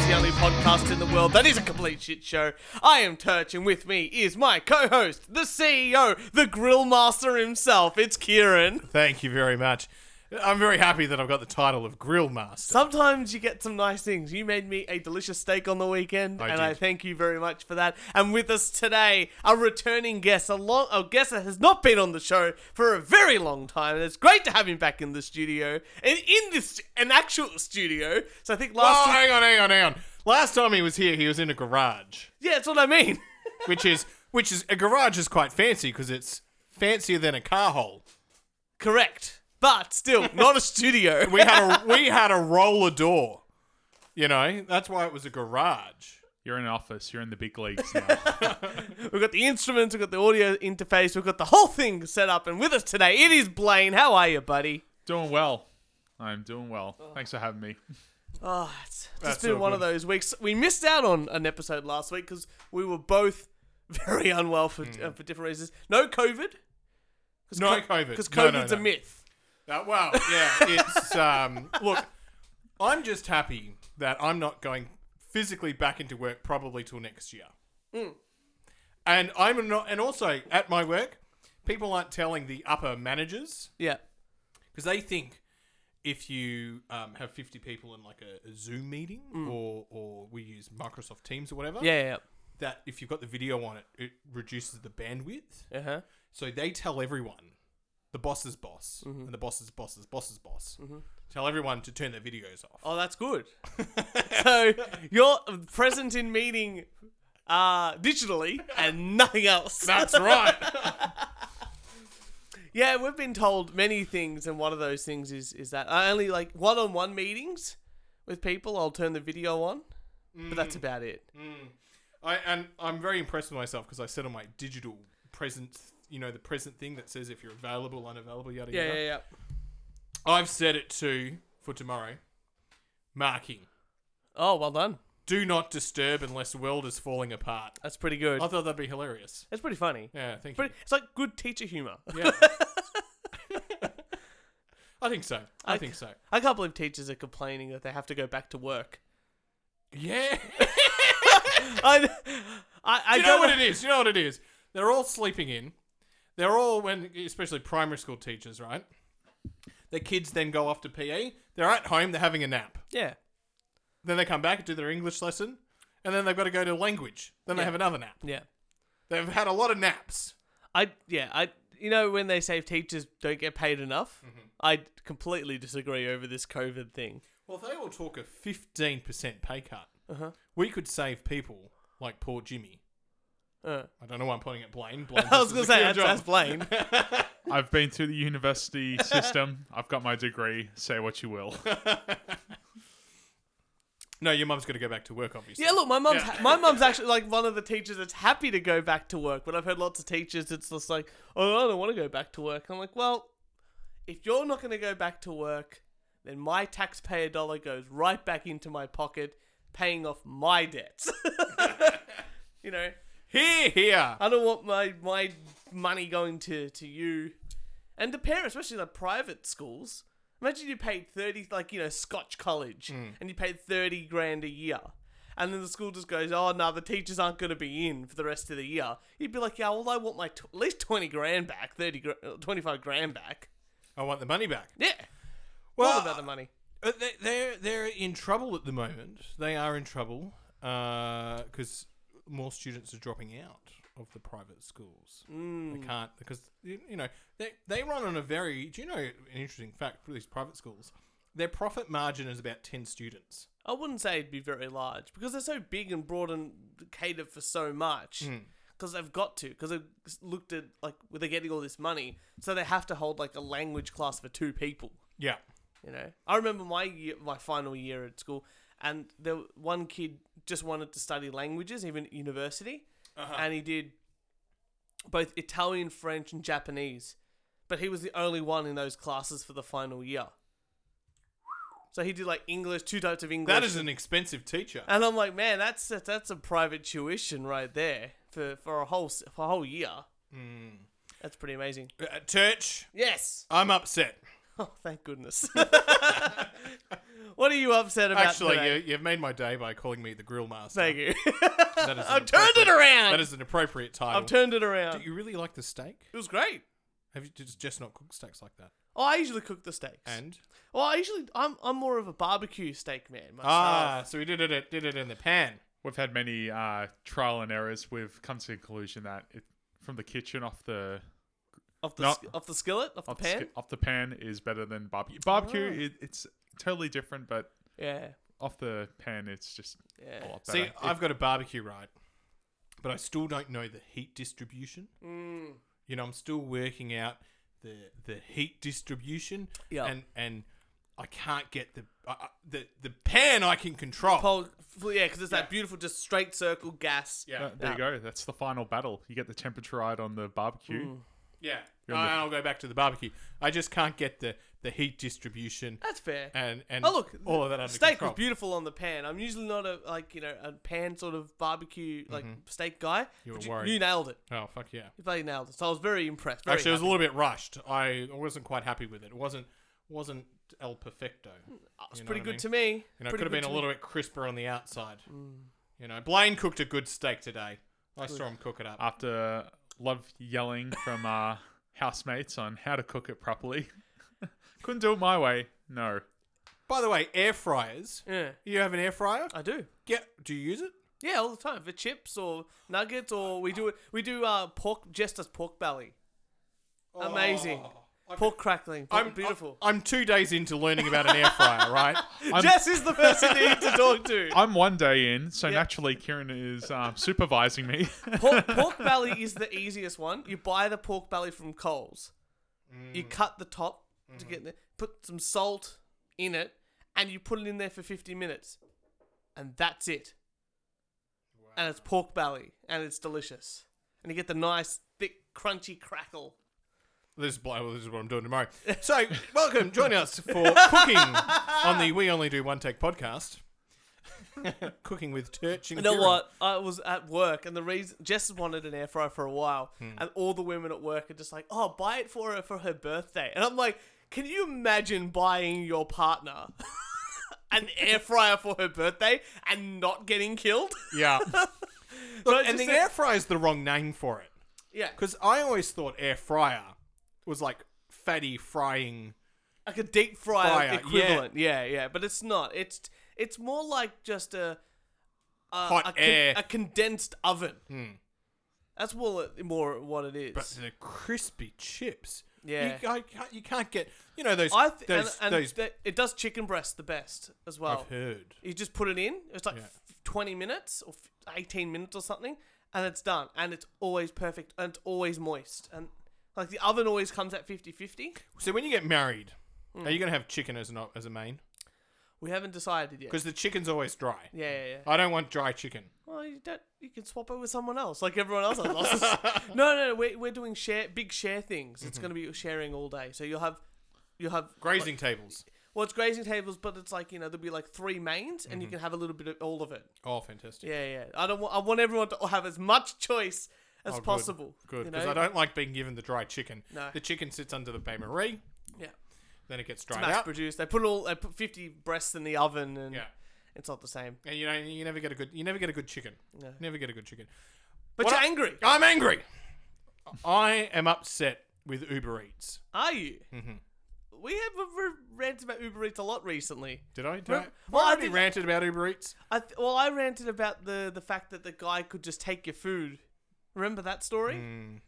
podcast in the world that is a complete shit show. I am Turch, and with me is my co host, the CEO, the grill master himself. It's Kieran. Thank you very much. I'm very happy that I've got the title of Grill Master. Sometimes you get some nice things. You made me a delicious steak on the weekend, I and did. I thank you very much for that. And with us today, a returning guest, a long a guest that has not been on the show for a very long time, and it's great to have him back in the studio and in this an actual studio. So I think last Oh, time, hang on, hang on, hang on. Last time he was here, he was in a garage, yeah, that's what I mean. which is which is a garage is quite fancy because it's fancier than a car hole. Correct, but still not a studio. We had a we had a roller door. You know, that's why it was a garage. You're in office. You're in the big leagues now. We've got the instruments, we've got the audio interface, we've got the whole thing set up. And with us today, it is Blaine. How are you, buddy? doing well. I'm doing well. Thanks for having me. Oh, it's just That's been so one of good. those weeks. We missed out on an episode last week because we were both very unwell for, uh, for different reasons. No COVID. Cause Hmm. No COVID. Because No, no, COVID's a no. myth. Uh, well, yeah, it's um, look. I'm just happy that I'm not going physically back into work probably till next year. And I'm not, and also at my work, people aren't telling the upper managers Yeah. because they think if you um, have 50 people in like a, a Zoom meeting or or we use Microsoft Teams or whatever, Yeah, that if you've got the video on it, it reduces the bandwidth. yeah. Uh-huh. So they tell everyone, the boss's boss Mm-hmm. and the boss's boss's boss's boss, tell everyone to turn their videos off. Oh, that's good. so you're present in meeting uh, digitally and nothing else. That's right. Yeah, we've been told many things, and one of those things is is that I only like one-on-one meetings with people. I'll turn the video on, but Mm. that's about it. Mm-hmm. I and I'm very impressed with myself because I set on my digital present, you know, the present thing that says if you're available, unavailable, yada Yeah, yada. yeah, yeah. I've set it to for tomorrow, marking. Oh, well done. Do not disturb unless the world is falling apart. That's pretty good. I thought that'd be hilarious. That's pretty funny. Yeah, thank you. Pretty, it's like good teacher humor. Yeah. I think so. I, I- think so. I can't believe teachers are complaining that they have to go back to work. Yeah. I, I, I you know don't what it is. You know what it is. They're all sleeping in. They're all when, especially primary school teachers, right? Their kids then go off to PE. They're at home. They're having a nap. Yeah, Then they come back and do their English lesson, and then they've got to go to language. Then Yeah. they have another nap. yeah. They've had a lot of naps. I, yeah, I. You know when they say teachers don't get paid enough, Mm-hmm. I completely disagree over this COVID thing. Well, they all talk a fifteen percent pay cut. Uh-huh. We could save people like poor Jimmy. Uh. I don't know why I'm pointing at Blaine. Blaine I was does gonna a say good that's, job. that's Blaine. I've been through the university system. I've got my degree. Say what you will. No, your mum's got to go back to work, obviously. Yeah, look, my mum's Yeah. my mum's actually like one of the teachers that's happy to go back to work. But I've heard lots of teachers, it's just like, oh, I don't want to go back to work. I'm like, well, if you're not going to go back to work, then my taxpayer dollar goes right back into my pocket, paying off my debts. you know, Here, here. I don't want my my money going to to you and to parents, especially the private schools. Imagine you paid thirty, like you know, Scotch College, and you paid thirty grand a year, and then the school just goes, "Oh no, the teachers aren't going to be in for the rest of the year." You'd be like, "Yeah, well, I want my t- at least twenty grand back, thirty, gra- uh, twenty-five grand back." I want the money back. Yeah, Well, all about the money. Uh, they- They're they're in trouble at the moment. They are in trouble because more students are dropping out of the private schools. Mm. They can't because you you know they they run on a very. Do you know an interesting fact for these private schools? Their profit margin is about ten students. I wouldn't say it'd be very large because they're so big and broad and cater for so much. Hmm. Because they've got to. Because they've looked at like well, they're getting all this money, so they have to hold like a language class for two people. Yeah. You know, I remember my year, my final year at school, and there one kid just wanted to study languages, even at university, Uh-huh. and he did both Italian, French, and Japanese, but he was the only one in those classes for the final year. So he did like English, two types of English. That is an expensive teacher. And I'm like, man, that's that's a private tuition right there for, for a whole s- for a whole year. That's pretty amazing. Uh, Turch, Yes. I'm upset. Oh, thank goodness. what are you upset about? Actually, today? you, you've made my day by calling me the grill master. Thank you. That is an I've turned it appropriate- around. That is an appropriate title. I've turned it around. Do Oh. you really like the steak? It was great. Have you just, just not cooked steaks like that? Oh, I usually cook the steaks. And well, I usually I'm I'm more of a barbecue steak man myself. ah, so we did it did it in the pan. We've had many uh, trial and errors. We've come to the conclusion that it, from the kitchen off the off the no. sk- off the skillet, off, off the the, sk- pan. off the pan is better than barbecue. Barbecue, Oh. it, it's totally different, but yeah, off the pan, it's just yeah. a lot better. See, It- I've got a barbecue right, but I still don't know the heat distribution. Mm. You know, I'm still working out the the heat distribution. Yeah. and and I can't get the I I- the the pan I can control. Pol- f- yeah, because it's that beautiful, just straight circle gas. yeah, uh, there you go. That's the final battle. You get the temperature right on the barbecue. yeah. You're on the- I'll go back to the barbecue. I just can't get the the heat distribution That's fair. and and Oh, look, all of that under steak control. was beautiful on the pan. I'm usually not a like you know a pan sort of barbecue like steak guy. Mm-hmm. You but were worried. You nailed it. Oh fuck yeah! You bloody nailed it. So I was very impressed. Very Actually, it was a happy. little bit rushed. I I wasn't quite happy with it. It wasn't wasn't el perfecto. It's you know pretty what I good mean? to me. You know, Mm, it Pretty could have good been a to me. Mm. little bit crisper on the outside. You know, Blaine cooked a good steak today. I saw him cook it up. After love yelling from uh, housemates on how to cook it properly, couldn't do it my way. No. By the way, air fryers. Yeah, You have an air fryer? I do. Get. Do you use it? Yeah, all the time for chips or nuggets or we do it. We do uh, pork just as pork belly. Amazing. Pork crackling. Pork Oh, I'm beautiful. I'm, I'm two days into learning about an air fryer, right? I'm- Jess is the person you need to talk to. I'm one day in, so Yeah. naturally Kieran is um, supervising me. pork, pork belly is the easiest one. You buy the pork belly from Coles. You cut the top to get there, put some salt in it, and you put it in there for 50 minutes. And that's it. And it's pork belly, and it's delicious. And you get the nice, thick, crunchy crackle. This is, bl- well, this is what I'm doing tomorrow. So, welcome, join us for cooking on the We Only Do One Take podcast. cooking with Turch and You know Kieran. what? I was at work, and the reason Jess wanted an air fryer for a while, Hmm. and all the women at work are just like, "Oh, buy it for her for her birthday," and I'm like, "Can you imagine buying your partner an air fryer for her birthday and not getting killed?" Yeah. So I and just the said- air fryer is the wrong name for it. yeah, Because I always thought air fryer was like fatty frying. like a deep fryer, Fryer, equivalent. Yeah. yeah, but it's not. It's it's more like just a a, Hot a, con- air. Hmm. a condensed oven. That's more more what it is. But the crispy chips. Yeah. You, I can't, you can't get, you know, those. I th- those, and, and those th- it does chicken breast the best as well. I've heard. You just put it in. It's like Yeah. f 20 minutes or f- 18 minutes or something, and it's done. And it's always perfect and it's always moist. And like the oven always comes at 50 50. So when you get married, are you going to have chicken as, an, op- as a main? We haven't decided yet. Because the chicken's always dry. Yeah, yeah, yeah. I don't want dry chicken. Well, you don't. You can swap it with someone else, like everyone else. Has lost. no, no, no. We're, we're doing share big share things. It's going to Mm-hmm. be sharing all day. So you'll have, you'll have Grazing tables. Well, it's grazing tables, but it's like you know there'll be like three mains, and you Mm-hmm. can have a little bit of all of it. Oh, fantastic. Yeah, yeah. I don't. Want, I want everyone to have as much choice as Oh, good. possible. you Good. Because know? I don't like being given the dry chicken. No. The chicken sits under the bain marie, Yeah, then it gets dried mass out. produced. They put all. They put fifty breasts in the oven, and Yeah. it's not the same. And you know you never get a good you never get a good chicken. No. Never get a good chicken. But What you're I- angry, I'm angry. I am upset with Uber Eats. are you? Mm-hmm. We have we ranted about Uber Eats a lot recently. Did I? Did Well, I? well, I I already did- ranted about Uber Eats. I th- well, I ranted about the the fact that the guy could just take your food. Remember that story?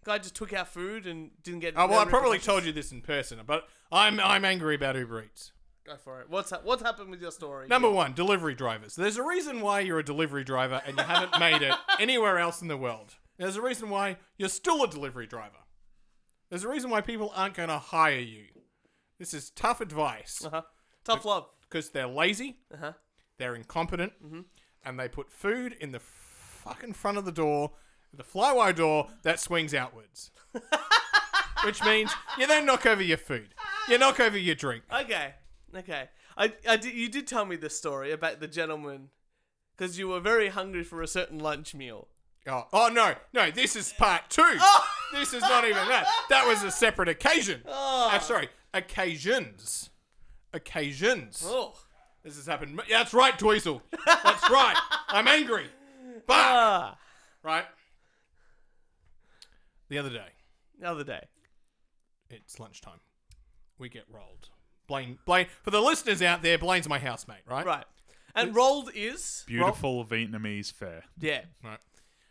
Guy just took our food and didn't get. Mm. Oh no well, I probably repercussions. told you this in person, but I'm I'm angry about Uber Eats. Go for it. What's hap- what's happened with your story? Number one, delivery drivers. There's a reason why you're a delivery driver and you haven't made it anywhere else in the world. There's a reason why you're still a delivery driver. There's a reason why people aren't going to hire you. This is tough advice Uh huh. Tough love. because they're lazy, Uh huh. they're incompetent, and they put food in the fucking front of the door, the flywire door that swings outwards. Which means you then knock over your food, you knock over your drink. Okay, okay. I, I did, you did tell me this story about the gentleman because you were very hungry for a certain lunch meal. Oh, oh no, no, this is part two. this is not even that. That was a separate occasion. Uh, sorry, occasions. Occasions. Oh. This has happened. m- That's right, Dweezil. That's right. I'm angry. But Ah. right. The other day, The other day. it's lunchtime. We get rolled. Blaine, Blaine. For the listeners out there, Blaine's my housemate, right? Right. And rolled is. Beautiful Vietnamese fare. Yeah. Right.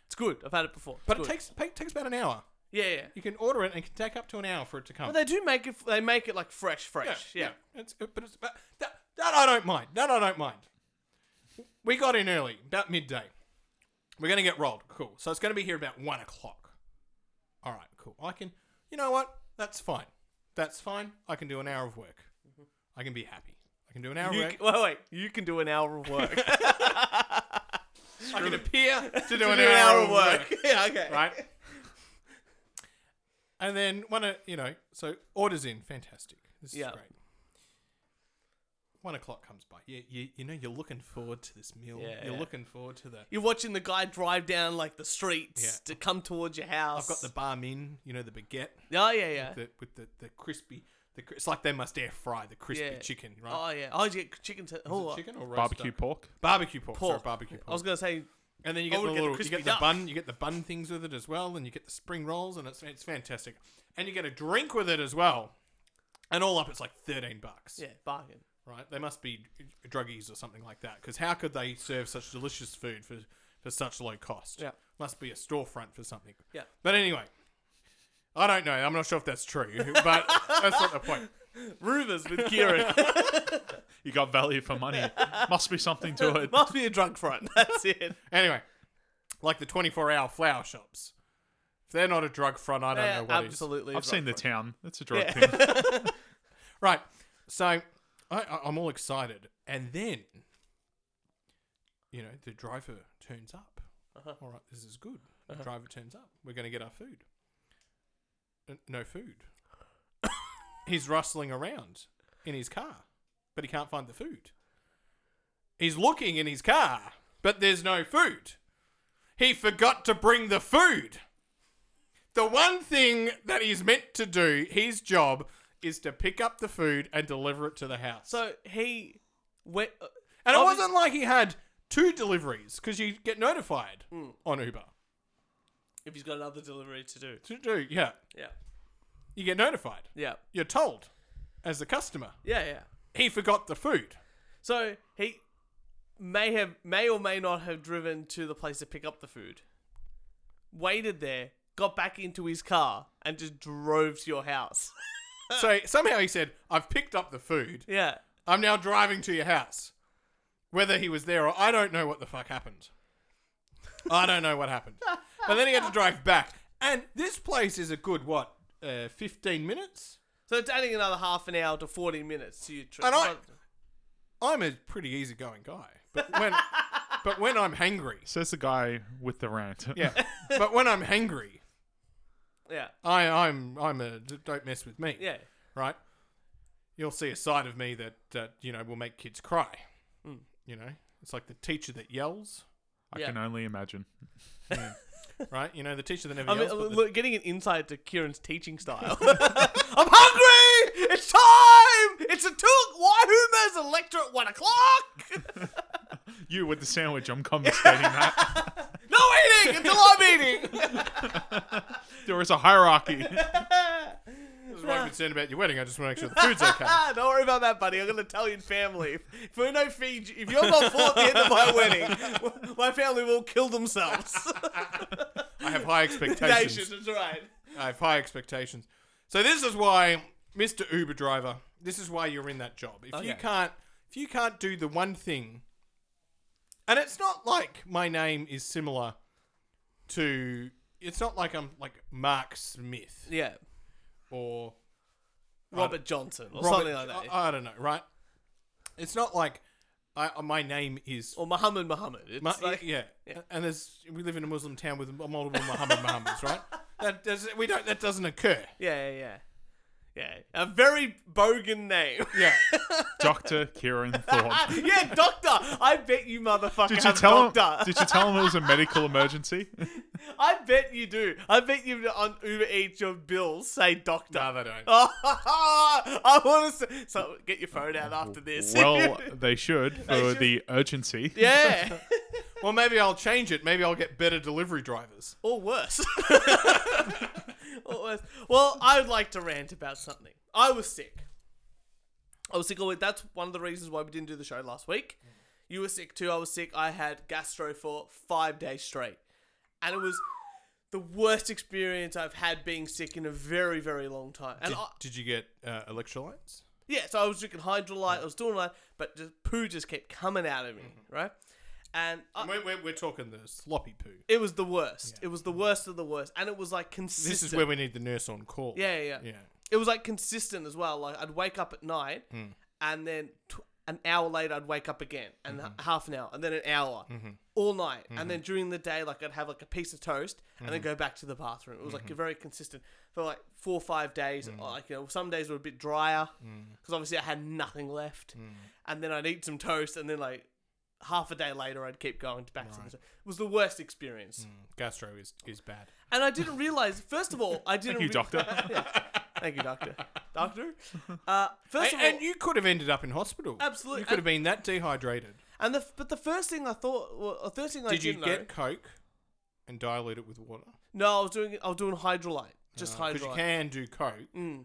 It's good. I've had it before. It's But good. it takes pa- takes about an hour. Yeah, yeah. You can order it and it can take up to an hour for it to come. But they do make it. They make it like fresh, fresh. Yeah. It's, but it's but that, that I don't mind. That I don't mind. We got in early, about midday. We're gonna get rolled. Cool. So it's gonna be here about one o'clock. All right. Cool. I can. You know what? That's fine. That's fine. I can do an hour of work. I can be happy. I can do an hour Mm-hmm. You of work. can, wait, wait. You can do an hour of work. to I can appear to do do an, hour, of work. yeah. Okay. right? and then one, o- you know, so orders in, fantastic. This is Yeah. great. One o'clock comes by. You, you, you know, you're looking forward to this meal. Yeah, you're yeah. looking forward to the. You're watching the guy drive down like the streets to come towards your house. I've got the bar min, you know, the baguette Oh yeah, yeah. the, with the, the crispy. The, cri- it's like they must air fry the crispy Yeah. chicken, right? Oh yeah. Oh, you get chicken. To, Is it oh, uh, chicken or roast Barbecue duck? pork. Barbecue pork. Sorry, Pork. barbecue pork. I was gonna say. And then you I get would get the the little, you crispy get the duck. bun, you get the bun things with it as well, and you get the spring rolls, and it's it's fantastic. And you get a drink with it as well. And all up, it's like thirteen bucks, Yeah, bargain. right? They must be druggies or something like that, because how could they serve such delicious food for for such low cost? Yeah. must be a storefront for something. Yeah. But anyway, I don't know. I'm not sure if that's true, but that's not the point. Rumors with Kieran. You got value for money. Must be something to it. Must be a drug front. That's it. Anyway, like the twenty four hour flower shops. If they're not a drug front, I don't Yeah, know what is. absolutely. a I've drug seen the front. town. That's a drug Yeah. thing. Right. So I, I, I'm all excited. And then, you know, the driver turns up. All right, this is good. The driver turns up. We're going to get our food. N- No food. He's rustling around in his car, but he can't find the food. He's looking in his car, but there's no food. He forgot to bring the food. The one thing that he's meant to do, his job, is to pick up the food and deliver it to the house. So he went. uh, and it obvi- wasn't like he had two deliveries because you get notified on Uber. If he's got another delivery to do. To do, yeah, Yeah. you get notified. Yeah. You're told as the customer Yeah. Yeah. he forgot the food. So he may have, may or may not have driven to the place to pick up the food, waited there, got back into his car, and just drove to your house. so somehow he said, "I've picked up the food. yeah. I'm now driving to your house." Whether he was there or I don't know what the fuck happened. I don't know what happened. But then he had to drive back, and this place is a good what, uh, fifteen minutes. So it's adding another half an hour to 40 minutes to your trip. And I- I'm a pretty easygoing guy, but when but when I'm hangry, Says the guy with the rant. yeah, but when I'm hangry, yeah. I I'm I'm a d- don't mess with me, Yeah. right? You'll see a side of me that that you know will make kids cry. Hmm. You know, it's like the teacher that yells, I Yeah. can only imagine. right? You know, the teacher that never I mean, uh, yells. but the- look, getting an insight to Kieran's teaching style. I'm hungry! It's time! It's a took Waihuma's electorate at one o'clock! You with the sandwich, I'm confiscating that. No eating until I'm eating! There is a hierarchy. this is why I'm concerned about your wedding. I just want to make sure the food's okay. Ah, don't worry about that, buddy. I'm an Italian family. If if we're no Fiji, if you're not full at the end of my wedding, my family will kill themselves. I have high Nation, expectations. that's right. I have high expectations. So this is why, Mister Uber driver, this is why you're in that job. If you Okay. can't, if you can't do the one thing, and it's not like my name is similar to, it's not like I'm like Mark Smith Yeah, or Robert Johnson or Robert- something like that, I, I don't know, right? It's not like I, my name is. or Muhammad Muhammad. It's Ma- like, yeah. yeah. and there's we live in a Muslim town with multiple Muhammad Muhammads, right? That does we don't that doesn't occur. yeah, yeah, yeah, yeah. A very bogan name. Yeah. Dr. Kieran Thorne. yeah, doctor. I bet you, motherfucker, Did you have tell him? doctor. Did you tell him it was a medical emergency? I bet you do. I bet you on Uber Eats your bills say doctor. No, they don't. Oh, I want to. Say, so get your phone out after this. Well, they should for They should. the urgency. yeah, Well, maybe I'll change it. Maybe I'll get better delivery drivers. or worse. or worse. Well, I would like to rant about something. I was sick. I was sick all week. That's one of the reasons why we didn't do the show last week. You were sick too. I was sick. I had gastro for five days straight, and it was the worst experience I've had being sick in a very, very long time. And Did, I, did you get uh, electrolytes? Yeah, so I was drinking hydrolite, I was doing that, but just poo just kept coming out of me, Mm-hmm. right? And I, We're, we're, we're talking the sloppy poo. it was the worst. It was the worst of the worst, and it was like consistent. This is where we need the nurse on call. yeah, yeah, yeah. Yeah. It was like consistent as well. Like I'd wake up at night, and then tw- an hour later I'd wake up again, and h- half an hour, and then an hour, all night, and then during the day like I'd have like a piece of toast, and then go back to the bathroom. It was like very consistent for like four or five days. Like you know, some days were a bit drier because obviously I had nothing left, and then I'd eat some toast, and then like. Half a day later, I'd keep going back to the. It was the worst experience, Mm, Gastro is, is bad. and I didn't realize. First of all, I didn't. Thank re- you, doctor. Thank you, doctor. Doctor. Uh, first And, of all, and you could have ended up in hospital. Absolutely. You could have been that dehydrated. and the but the first thing I thought, well, the first thing I Did you didn't get know- Coke and dilute it with water? No, I was doing I was doing hydrolyte, just Because Uh, you hydrolyte. can do Coke Mm.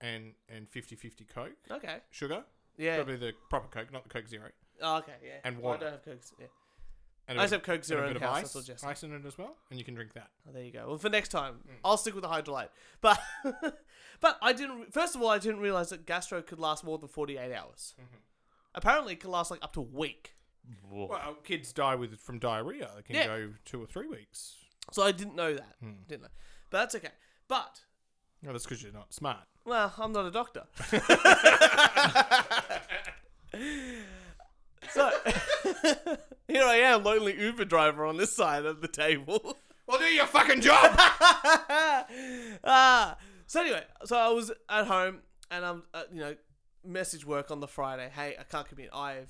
and, and 50-50 Coke. Okay. Sugar. Yeah. Probably the proper Coke, not the Coke Zero. Oh, okay. Yeah. And Well, I water. don't have Coke. Yeah. And I a just bit- have Coke and a Zero in bit house, of that's all ice, Jesse. ice in it as well, and you can drink that. Oh, there you go. Well, for next time, Mm. I'll stick with the hydrolyte. But but I didn't. re- First of all, I didn't realize that gastro could last more than forty eight hours. Mm-hmm. Apparently, it can last like up to a week. Well, uh, kids die with from diarrhea. They can Yeah. go two or three weeks. So I didn't know that. Didn't know. But that's okay. But No, that's because you're not smart. Well, I'm not a doctor. so here I am, lonely Uber driver on this side of the table. Well, do your fucking job. ah, so anyway, so I was at home and I'm, uh, you know, message work on the Friday. Hey, I can't commit. I've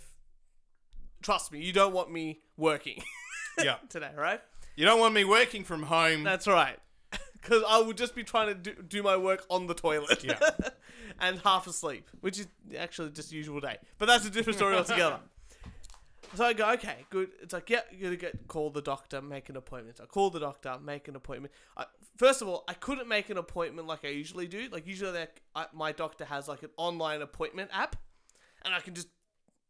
trust me, you don't want me working yeah, today, right? you don't want me working from home. That's right. Because I would just be trying to do, do my work on the toilet. Yeah. and half asleep, which is actually just a usual day. But that's a different story altogether. So I go, okay, good. It's like, yeah, you're going to get call the doctor, make an appointment. So I call the doctor, make an appointment. I, first of all, I couldn't make an appointment like I usually do. Like, usually they- I, my doctor has like an online appointment app, and I can just,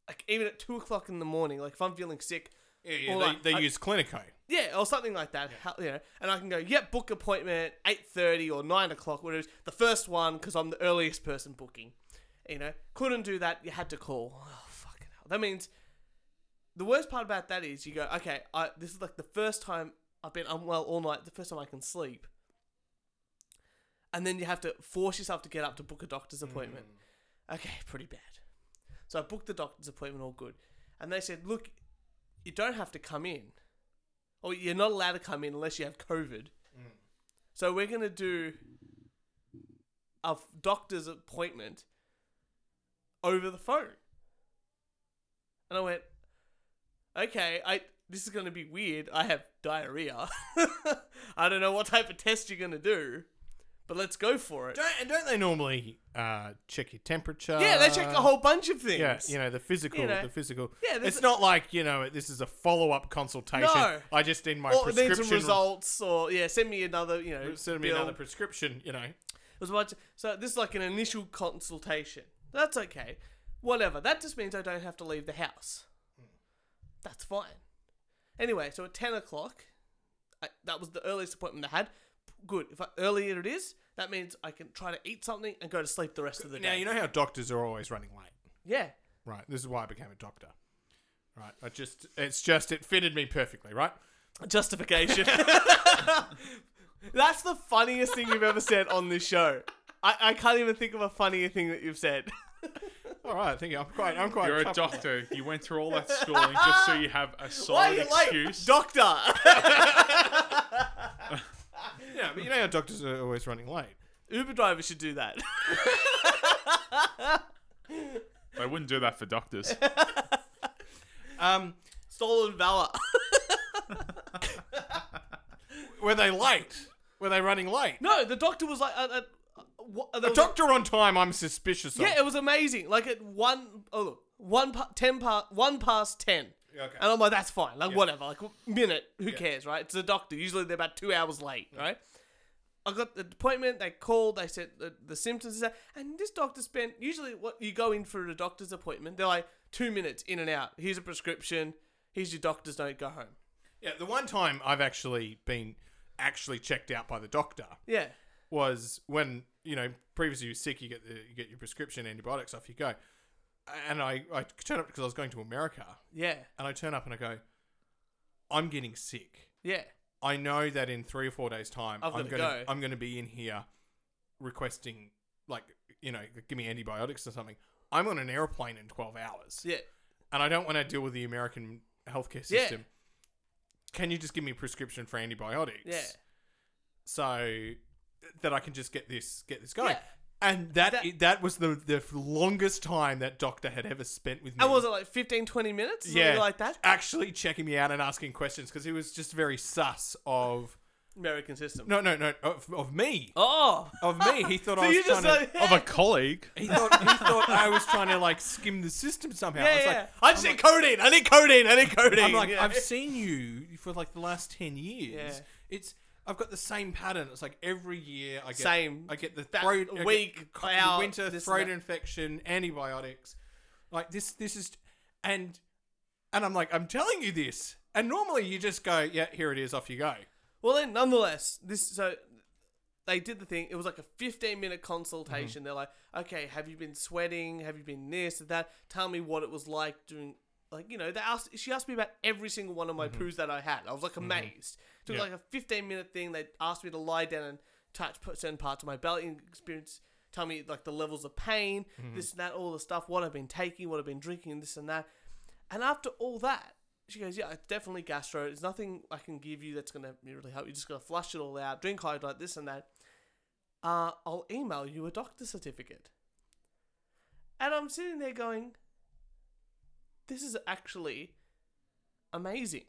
like, even at two o'clock in the morning, like, if I'm feeling sick, yeah, yeah, All they, right, they I- use Clinico. yeah, or something like that. How, you know, and I can go, yep, book appointment eight thirty or nine o'clock, whatever. It is. The first one because I'm the earliest person booking. You know, couldn't do that. You had to call. Oh fucking hell! That means the worst part about that is you go, okay, I, this is like the first time I've been unwell all night. The first time I can sleep, and then you have to force yourself to get up to book a doctor's appointment. Okay, pretty bad. So I booked the doctor's appointment, all good, and they said, look, you don't have to come in. Oh, you're not allowed to come in unless you have COVID. So we're gonna do a f- doctor's appointment over the phone. And I went, okay, I this is gonna be weird. I have diarrhea. I don't know what type of test you're gonna do, but let's go for it. Don't and don't they normally uh, check your temperature? yeah, they checked a whole bunch of things. Uh, Yeah, you know the physical, You know. the physical. Yeah, there's it's a- not like you know this is a follow up consultation. No. I just need my Or need prescription. some results, or yeah, send me another, you know, Send me bill. another prescription. You know, It was about to- so this is like an initial consultation. That's okay. Whatever. That just means I don't have to leave the house. That's fine. Anyway, so at 10 o'clock, I, that was the earliest appointment I had. Good. If I, earlier it is, that means I can try to eat something and go to sleep the rest of the day. now you know how doctors are always running late. yeah. Right. This is why I became a doctor. Right. I just it's just it fitted me perfectly, right? Justification. That's the funniest thing you've ever said on this show. I, I can't even think of a funnier thing that you've said. All right, I think I'm quite I'm quite You're a chuffed. doctor. You went through all that schooling just so you have a Why are solid you excuse. late? Doctor! Yeah, but you know how doctors are always running late. Uber drivers should do that. they wouldn't do that for doctors. Um Stolen valor. were they late? Were they running late? No, the doctor was like, uh, uh, uh, what, there A was- doctor on time, I'm suspicious of. Yeah, it was amazing. Like at one, oh look, one pa- ten pa- one past ten. Okay. And I'm like, that's fine. Like whatever. Like minute. Who cares, right? It's a doctor. Usually they're about two hours late, right? I got the appointment. They called. They said the, the symptoms is that, and this doctor spent usually what you go in for a doctor's appointment. They're like two minutes in and out. Here's a prescription. Here's your doctor's note. Go home. yeah, the one time I've actually been actually checked out by the doctor Yeah. was when you know previously you were sick, you get the, you get your prescription antibiotics, off you go. And I I turned up because I was going to America, Yeah. and I turn up and I go, I'm getting sick. Yeah. I know that in three or four days' time, I've I'm gotta gonna go. I'm gonna be in here requesting like you know give me antibiotics or something. I'm on an airplane in 12 hours, Yeah. and I don't want to deal with the American healthcare Yeah. system. Can you just give me a prescription for antibiotics? Yeah. So that I can just get this get this going. Yeah. And that that, That- was the the longest time that doctor had ever spent with me. And was it like 15, 20 minutes? Something yeah, Like that. Actually checking me out and asking questions because he was just very sus of American system. no no no of, of me Oh. of me. He thought So I you was just trying like, to. Of a colleague. He thought, he thought I was trying to like skim the system somehow. Yeah, I was yeah. like, I just need codeine. I need codeine. I need codeine. I'm like, yeah. I've seen you for like the last ten years. Yeah. It's I've got the same pattern. It's like every year I get Same. I get the That throat I get week, the co- out, winter this and throat that. infection, antibiotics. Like this, this is, and and I'm like, I'm telling you this. And normally you just go, yeah, here it is, off you go. Well, then, nonetheless, this so they did the thing. It was like a 15 minute consultation. They're like, okay, have you been sweating? Have you been this and that? Tell me what it was like doing. Like you know, they asked. She asked me about every single one of my poos that I had. I was like amazed. It was Yeah. like a 15 minute thing. They asked me to lie down and touch p- certain parts of my belly and experience. Tell me like the levels of pain, this and that, all the stuff. What I've been taking, what I've been drinking, and this and that. And after all that, she goes, "Yeah, it's definitely gastro. There's nothing I can give you that's gonna really help. You just gotta flush it all out, drink hydrolite, this and that. Uh, I'll email you a doctor certificate." And I'm sitting there going, "This is actually amazing.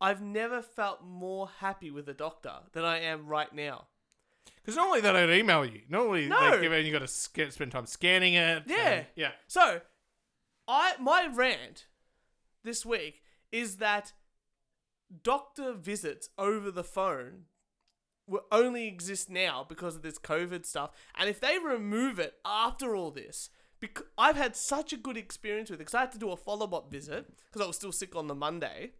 I've never felt more happy with a doctor than I am right now." Because normally they don't email you. Normally No. they give it, you got to sc- spend time scanning it. Yeah. and- yeah. So, I my rant this week is that doctor visits over the phone will only exist now because of this COVID stuff, and if they remove it after all this. Because I've had such a good experience with it because I had to do a follow up visit because I was still sick on the Monday.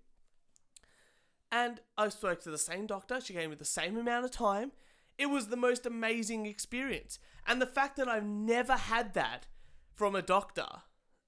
And I spoke to the same doctor. She gave me the same amount of time. It was the most amazing experience. And the fact that I've never had that from a doctor,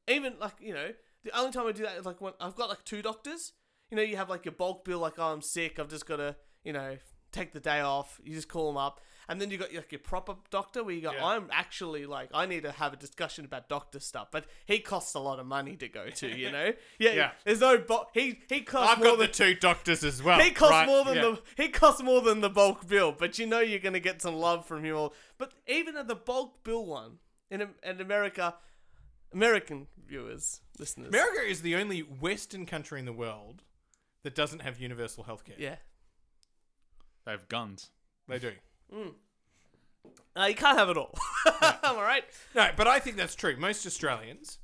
even like, you know, the only time I do that is like when I've got like two doctors. You know, you have like your bulk bill, like, oh, I'm sick. I've just got to, you know, take the day off. You just call them up. And then you got like your proper doctor where you go, Yeah. I'm actually like, I need to have a discussion about doctor stuff. But he costs a lot of money to go to, you know? Yeah. Yeah. There's no, bo- he, he costs I've more got than the two doctors as well. he costs right? more than Yeah. the he costs more than the bulk bill, but you know you're gonna get some love from him. All but even at the bulk bill one in Am- in America, American viewers, listeners, America is the only Western country in the world that doesn't have universal healthcare. yeah, They have guns. They do. uh, you can't have it all. all right, No, but I think that's true. Most Australians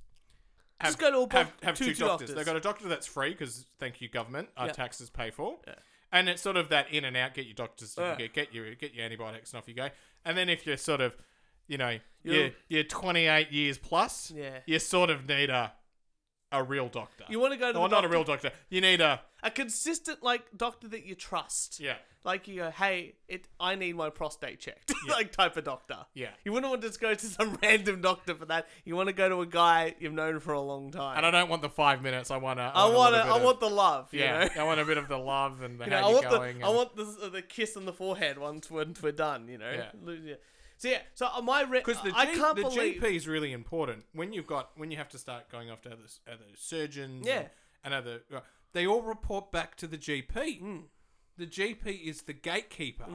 have, Just go to all have, both- have two- two, two doctors. doctors. They've got a doctor that's free because, thank you, government, our Yeah. taxes pay for. Yeah. And it's sort of that in and out, get your doctors, you Yeah. can get, get, your, get your antibiotics and off you go. And then if you're sort of, you know, you're, You're- you're 28 years plus, Yeah. you sort of need a, a real doctor. you want to go to Well, the not a doctor- real doctor. You need a, a consistent like doctor that you trust. yeah. Like you go, hey, it, I need my prostate checked, like type of doctor. Yeah. you wouldn't want to just go to some random doctor for that. You want to go to a guy you've known for a long time. And I don't want the five minutes. I want to. I want, a to I little bit of- want the love. Yeah, you know? I want a bit of the love and the You know, how I you want going. the I and- want the, the kiss on the forehead once when we're done. You know. Yeah. Lo- yeah. So yeah. So uh, my re- because the, I G- can't the believe. GP is really important when you've got when you have to start going after other s- other surgeons. Yeah. and, and other they all report back to the GP. Mm. The GP is the gatekeeper.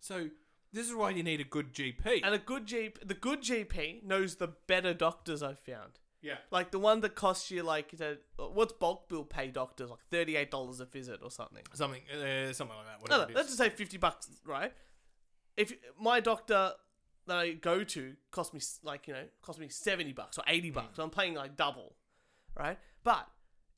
So this is why you need a good GP. And a good GP, the good GP knows the better doctors I've found. Yeah. Like the one that costs you like the, what's bulk bill pay doctors like thirty eight dollars a visit or something. Something, uh, something like that. No, Whatever no, it is. let's just say fifty bucks, right? If my doctor that I go to cost me s- like you know cost me seventy bucks or Hmm. eighty bucks, I'm paying like double, right? But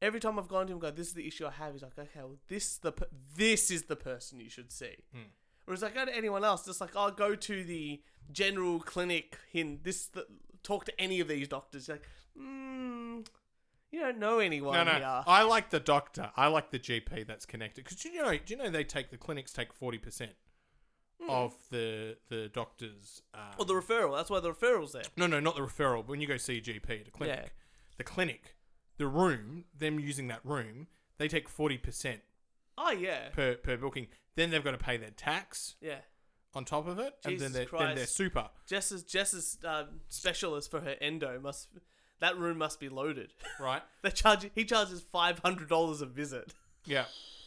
every time I've gone to him, and go this is the issue I have. He's like, okay, well this the per- this is the person you should see. Hmm. Whereas I go to anyone else, just like I'll go to the general clinic in this the, talk to any of these doctors. Like, mm, you don't know anyone No, no. here. I like the doctor. I like the GP that's connected because you know, do you know they take the clinics take forty percent of the the doctors. Um, Hmm. Or the referral. That's why the referral's there. no, no, not the referral. But when you go see a GP at a clinic, Yeah. the clinic, the room, them using that room, they take forty percent Oh yeah, per per booking. Then they've got to pay their tax yeah. on top of it, Jesus and then their then Christ. their super. Jess's Jess's um, specialist for her endo must that room must be loaded. Right? they charge he charges five hundred dollars a visit. Yeah.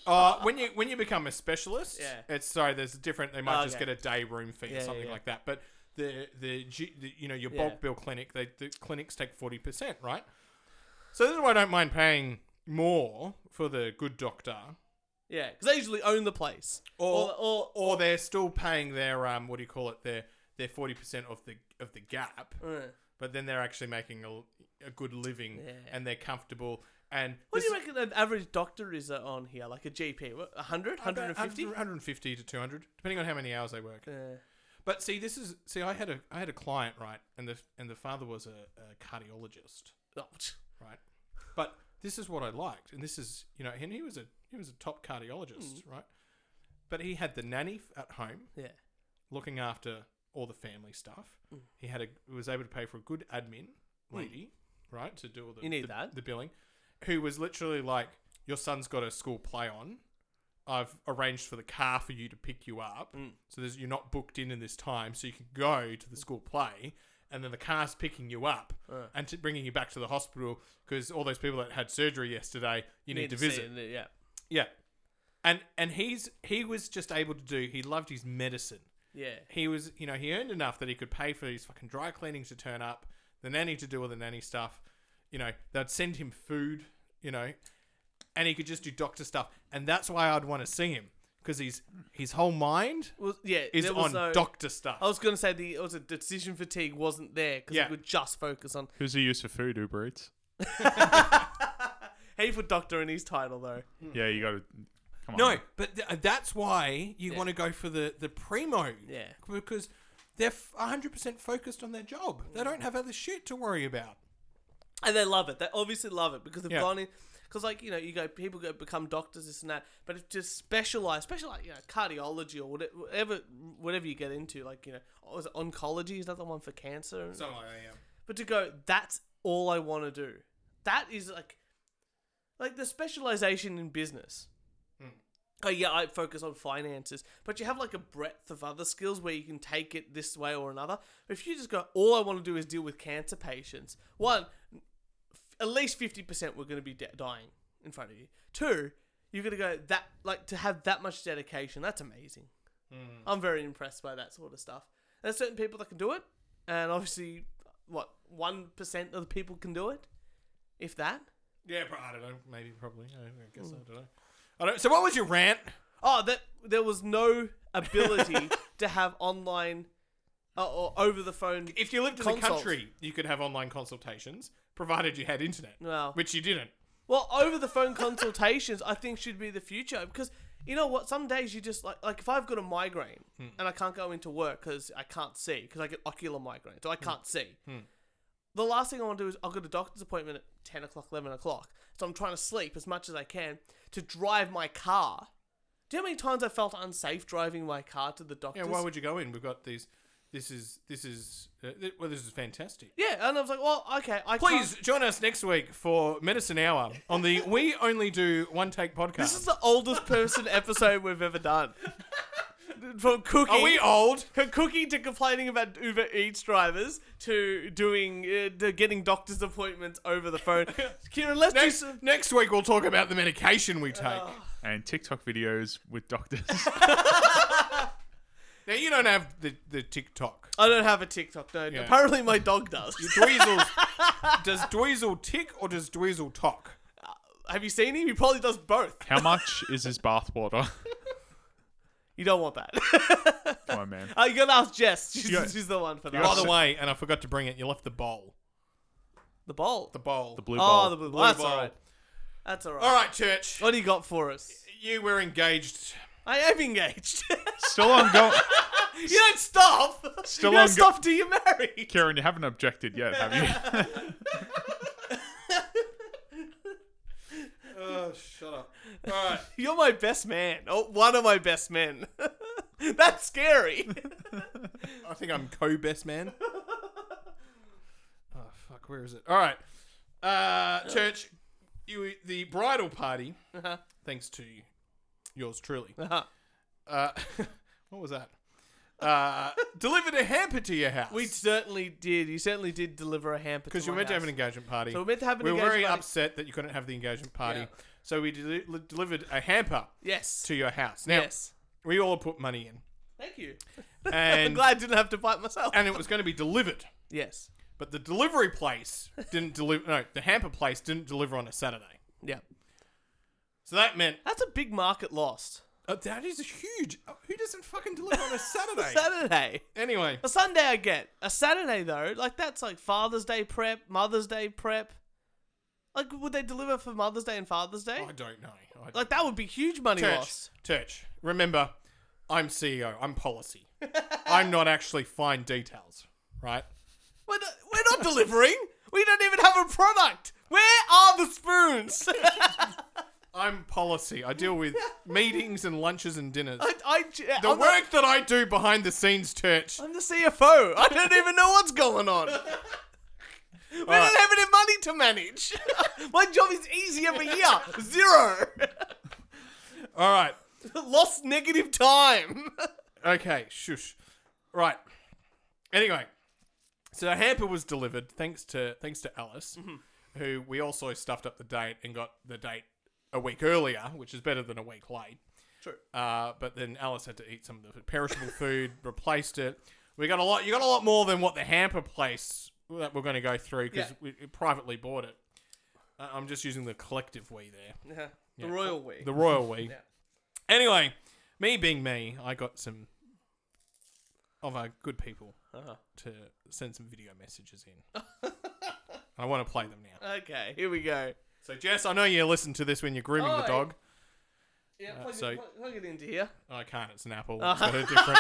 Uh, when you when you become a specialist, Yeah. Oh, it's sorry. There's a different. They might just Okay. get a day room fee Yeah, or yeah, something yeah. like that. But the the, G, the you know your Yeah. bulk bill clinic, they the clinics take forty percent, right? So this is why I don't mind paying more for the good doctor, Yeah, because they usually own the place. Or- Or or, or they're still paying their um what do you call it their their forty percent of the of the gap, Uh, but then they're actually making a, a good living Yeah. and they're comfortable. And what do you reckon an average doctor is uh, on here? Like a GP, what, 100, 150? 150 to 200 depending on how many hours they work Uh, But see, this is see, I had a I had a client right, and the and the father was a, a cardiologist, oh, tch. right? But this is what I liked, and this is you know, and he was a he was a top cardiologist, Mm. right? But he had the nanny f- at home yeah, looking after all the family stuff. Mm. He had a was able to pay for a good admin lady, right, to do all the Mm. You need the, that. the billing, who was literally like, "Your son's got a school play on." I've arranged for the car for you to pick you up, Mm. so there's, you're not booked in in this time, so you can go to the school play, and then the car's picking you up Uh. and t- bringing you back to the hospital because all those people that had surgery yesterday, you need, to see visit. it, Yeah, Yeah, and and he's he was just able to do. He loved his medicine yeah. he was, you know, he earned enough that he could pay for his fucking dry cleanings to turn up, the nanny to do all the nanny stuff. You know, they'd send him food, you know, and he could just do doctor stuff. And that's why I'd want to see him because he's his whole mind Well, yeah, is there was uh, Oh, on no- doctor stuff. I was gonna say the it was a decision fatigue wasn't there because Yeah. you could just focus on. Who's he used for food? Uber Eats. Hey for doctor in his title though. Yeah, you got to come on. no, but th- uh, that's why you Yeah. want to go for the the primo, Yeah. because they're hundred percent focused on their job. They don't have other shit to worry about. and they love it. They obviously love it because they've Yeah. gone in. Because like you know, you go people go become doctors, this and that. But it's just specialized, special like you know, cardiology or whate- whatever, whatever you get into. Like you know, oh, is it oncology? Is that the one for cancer? Something like that, yeah. But to go, that's all I want to do. That is like, like the specialization in business. Oh yeah, I focus on finances, but you have like a breadth of other skills where you can take it this way or another. If you just go, all I want to do is deal with cancer patients. One, f- at least fifty percent were going to be de- dying in front of you. Two, you're going to go that like to have that much dedication. That's amazing. I'm very impressed by that sort of stuff. There's certain people that can do it, and obviously, what one percent of the people can do it, if that. Yeah, but I don't know. Maybe, probably. I, I guess I don't know. I don't. So, what was your rant? Oh, that there was no ability to have online uh, or over the phone. If you lived in the Consult. country, you could have online consultations, provided you had internet, Well. which you didn't. Well, over the phone consultations, I think should be the future because you know what? Some days you just like like if I've got a migraine Hmm. and I can't go into work because I can't see because I get ocular migraine, Hmm. so I can't see. The last thing I want to do is I've got a doctor's appointment at ten o'clock, eleven o'clock, so I'm trying to sleep as much as I can to drive my car. Do you know how many times I felt unsafe driving my car to the Yeah, doctor's? why would you go in? We've got these. This is this is uh, th- well, this is fantastic. Yeah, and I was like, well, okay, I Please Can't. join us next week for Medicine Hour on the We Only Do One Take podcast. This is the oldest person episode we've ever done. From cooking, Are we old? from cooking to complaining about Uber Eats drivers to doing uh, to getting doctor's appointments over the phone. Kieran, let's do Next, some. next week we'll talk about the medication we take. and TikTok videos with doctors. Now you don't have the the TikTok. I don't have a TikTok. No, Yeah. apparently my dog does. Dweezil does Dweezil tick or does Dweezil talk? have you seen him? He probably does both. How much is his bathwater? You don't want that. Come on, man. uh, you gotta ask Jess. She's, You got- she's the one for that. got- By Oh, the way, and I forgot to bring it. You left the bowl. the, the bowl. The bowl. The blue oh, bowl. the blue bowl. Blue That's bowl. all right. That's all right. All right, church. What do you got for us? You were engaged. I am engaged. Still ongoing. you don't stop. Still you don't ongo- stop till you're married. Karen, you haven't objected yet, have you? Oh, shut up. All right. You're my best man. Oh, one of my best men. That's scary. I think I'm co best man. Oh fuck, where is it? All right, uh, church, you the bridal party, Uh-huh. thanks to yours truly. Uh-huh. Uh, what was that? Uh, delivered a hamper to your house. We certainly did. You certainly did deliver a hamper. because to you were my meant to have house. an engagement party. So we're meant to have an we were engagement very party. upset that you couldn't have the engagement party, Yeah. so we deli- delivered a hamper Yes. to your house. Now yes. we all put money in, Thank you. I'm and glad I didn't have to fight myself. and it was going to be delivered. yes. But the delivery place didn't deliver. No, the hamper place didn't deliver on a Saturday. Yeah. So that meant That's a big market lost. uh, that is huge. Uh, Who doesn't fucking deliver on a Saturday? Saturday. anyway, A Sunday I get. A Saturday though, like that's like Father's Day prep, Mother's Day prep. Like would they deliver for Mother's Day and Father's Day? I don't know. I like that would be huge money Church, lost. Church, remember, I'm CEO. I'm policy. I'm not actually fine details, right? We're not, we're not delivering. We don't even have a product. Where are the spoons? I'm policy. I deal with meetings and lunches and dinners. I, I, the I'm, work that I do behind the scenes, church. The, I'm the CFO. I don't even know what's going on. We don't right. have any money to manage. My job is easy every year. Zero. All right. Lost negative time. Okay, shush. Right. Anyway, so the hamper was delivered thanks to thanks to Alice, Mm-hmm. who we also stuffed up the date and got the date a week earlier, which is better than a week late. True. Uh, but then Alice had to eat some of the perishable food, replaced it. We got a lot. You got a lot more than what the hamper place that we're going to go through because Yeah. we privately bought it. I- I'm just using the collective we there. Yeah. The royal we. The royal we. Anyway, me being me, I got some of our good people Uh-huh. to send some video messages in. I want to play them now. Okay, here we go. So, Jess, I know you listen to this when you're grooming Oi. the dog. Yeah, Uh, plug, so- it, plug, plug it into here. I can't. It's an apple. It's got a different.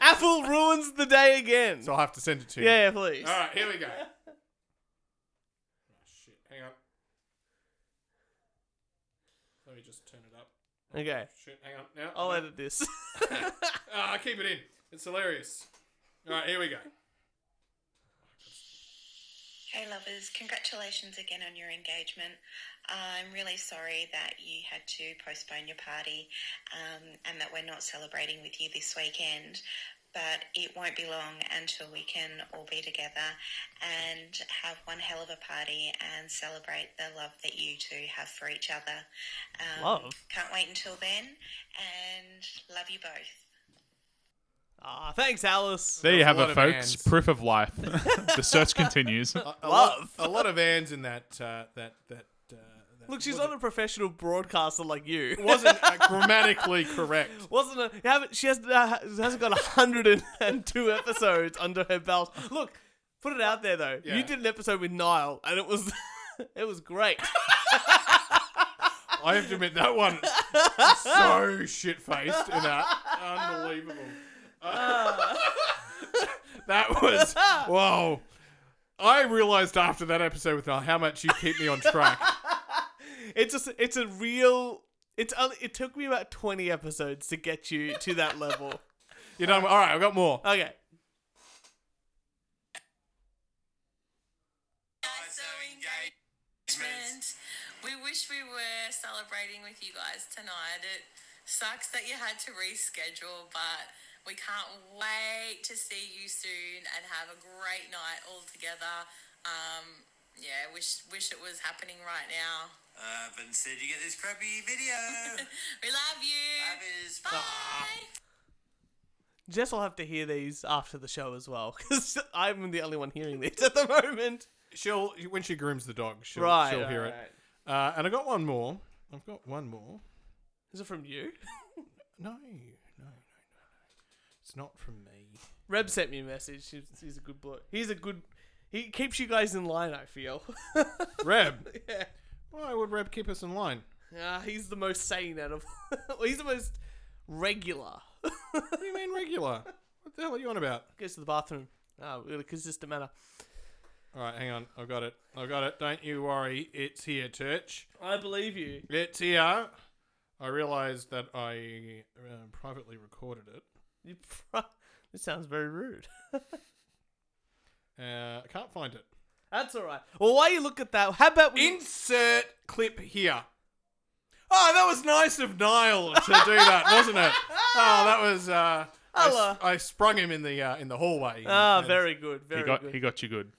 Apple ruins the day again. so I'll have to send it to you. yeah, please. All right, here we go. Oh, shit. Hang on. Let me just turn it up. Okay, Shit, hang on. Now, I'll no. edit this. Ah, keep it in. It's hilarious. All right, here we go. Hey lovers, congratulations again on your engagement. I'm really sorry that you had to postpone your party um, and that we're not celebrating with you this weekend, but it won't be long until we can all be together and have one hell of a party and celebrate the love that you two have for each other. Um, Love? Can't wait until then and love you both. Ah, thanks, Alice. There you have That's a it, lot of folks. hands. Proof of life. the search continues. A Love. Lot, a lot of ands in that. Uh, that that. Uh, that Look, she's wasn't, not a professional broadcaster like you. wasn't uh, grammatically correct. Wasn't a, you haven't, she has, uh, hasn't got 102 episodes under her belt. Look, put it out there though. Yeah. You did an episode with Niall, and it was it was great. I have to admit that one is so shit faced in that. Unbelievable. Uh, that was whoa. I realized after that episode with Niall how much you keep me on track. It's just it's a real. It's only, it took me about 20 episodes to get you to that level. You know, all right, I've got more. Okay. so engagement. We wish we were celebrating with you guys tonight. It sucks that you had to reschedule, but we can't wait to see you soon and have a great night all together. Um, yeah, wish wish it was happening right now. Uh, but instead, you get this crappy video. We love you. Love is Bye. Jess will have to hear these after the show as well because I'm the only one hearing these at the moment. She'll when she grooms the dog, she'll, right. she'll hear right. it. Uh, and I got one more. I've got one more. Is it from you? No, no, no, no, no. It's not from me. Reb sent me a message. He's, he's a good bloke. He's a good. He keeps you guys in line. I feel. Reb. yeah. Why would Reb keep us in line? Ah, he's the most sane out of. well, he's the most regular. What do you mean regular? What the hell are you on about? Goes to the bathroom. Ah, in a consistent manner. All right, hang on. I've got it. I've got it. Don't you worry. It's here, Turch. I believe you. It's here. I realised that I uh, privately recorded it. You. Pro- this sounds very rude. Uh, I can't find it. That's all right. Well, while you look at that, how about we? Insert clip here. Oh, that was nice of Niall to do that, wasn't it? Oh, that was. Uh, I, Hello. s- I sprung him in the uh, in the hallway. ah, And- very good. Very He got good. he got you good.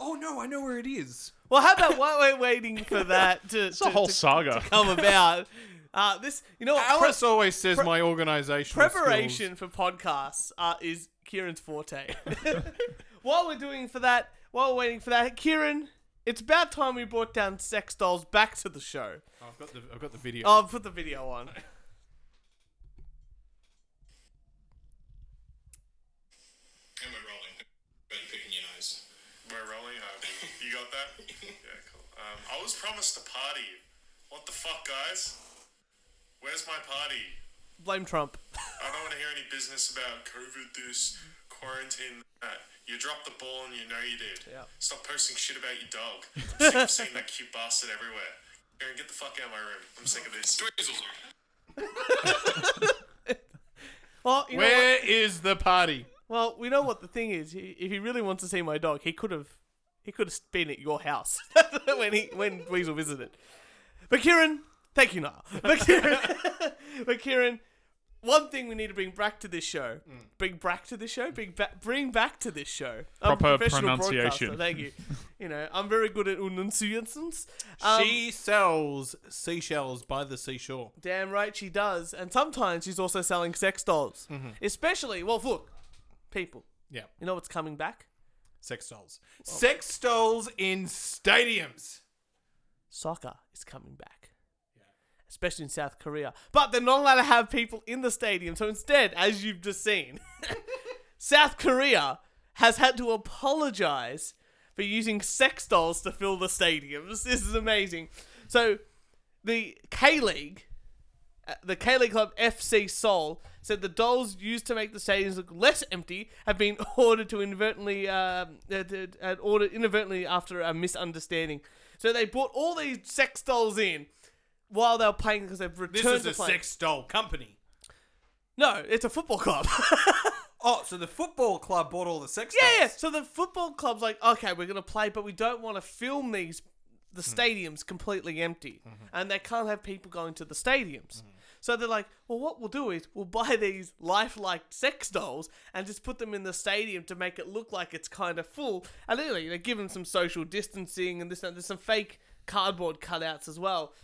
Oh no, I know where it is. Well, how about while we're waiting for that to, It's to- a whole to saga. come about? Uh, this, you know, what? Pre- Alice always says my organisation preparation for podcasts uh, is Kieran's forte. while we're doing for that, while we're waiting for that, Kieran, it's about time we brought down sex dolls back to the show. I've got the I've got the video. Oh, put the video on. And we're rolling. But you're picking your nose. We're rolling. Oh, you got that? yeah, cool. Um, I was promised a party. What the fuck, guys? Where's my party? Blame Trump. I don't want to hear any business about COVID this, quarantine that. You dropped the ball and you know you did. Yeah. Stop posting shit about your dog. I'm sick of seeing that cute bastard everywhere. Aaron, get the fuck out of my room. I'm sick of this. Well, you know what? Where is the party? Well, we know what the thing is. He- If he really wants to see my dog, he could have, he could have been at your house when he when Weasel visited. But Kieran, thank you, Niall. But Kieran, but Kieran, one thing we need to bring back to this show, bring back to this show, bring back, bring back to this show. I'm a Proper professional broadcaster, pronunciation. Thank you. You know, I'm very good at enunciations. Um, she sells seashells by the seashore. Damn right she does. And sometimes she's also selling sex dolls, especially. Well, look, people, Yeah, Oh. you know what's coming back? sex dolls. Sex dolls in stadiums. soccer is coming back, especially in South Korea. But they're not allowed to have people in the stadium. So instead, as you've just seen, South Korea has had to apologize for using sex dolls to fill the stadiums. This is amazing. So the K League. uh, The K League club FC Seoul said the dolls used to make the stadiums look less empty have been ordered to inadvertently, um, uh, d- uh, ordered inadvertently after a misunderstanding. So they brought all these sex dolls in while they were playing because they've returned This is to a play. sex doll company. No, it's a football club. Oh, so the football club bought all the sex Yeah, yeah. So the football club's like, okay, we're gonna play, but we don't want to film these. The stadium's completely empty, and they can't have people going to the stadiums. So they're like, well, what we'll do is we'll buy these lifelike sex dolls and just put them in the stadium to make it look like it's kind of full. And literally, they give them some social distancing and this and there's some fake cardboard cutouts as well.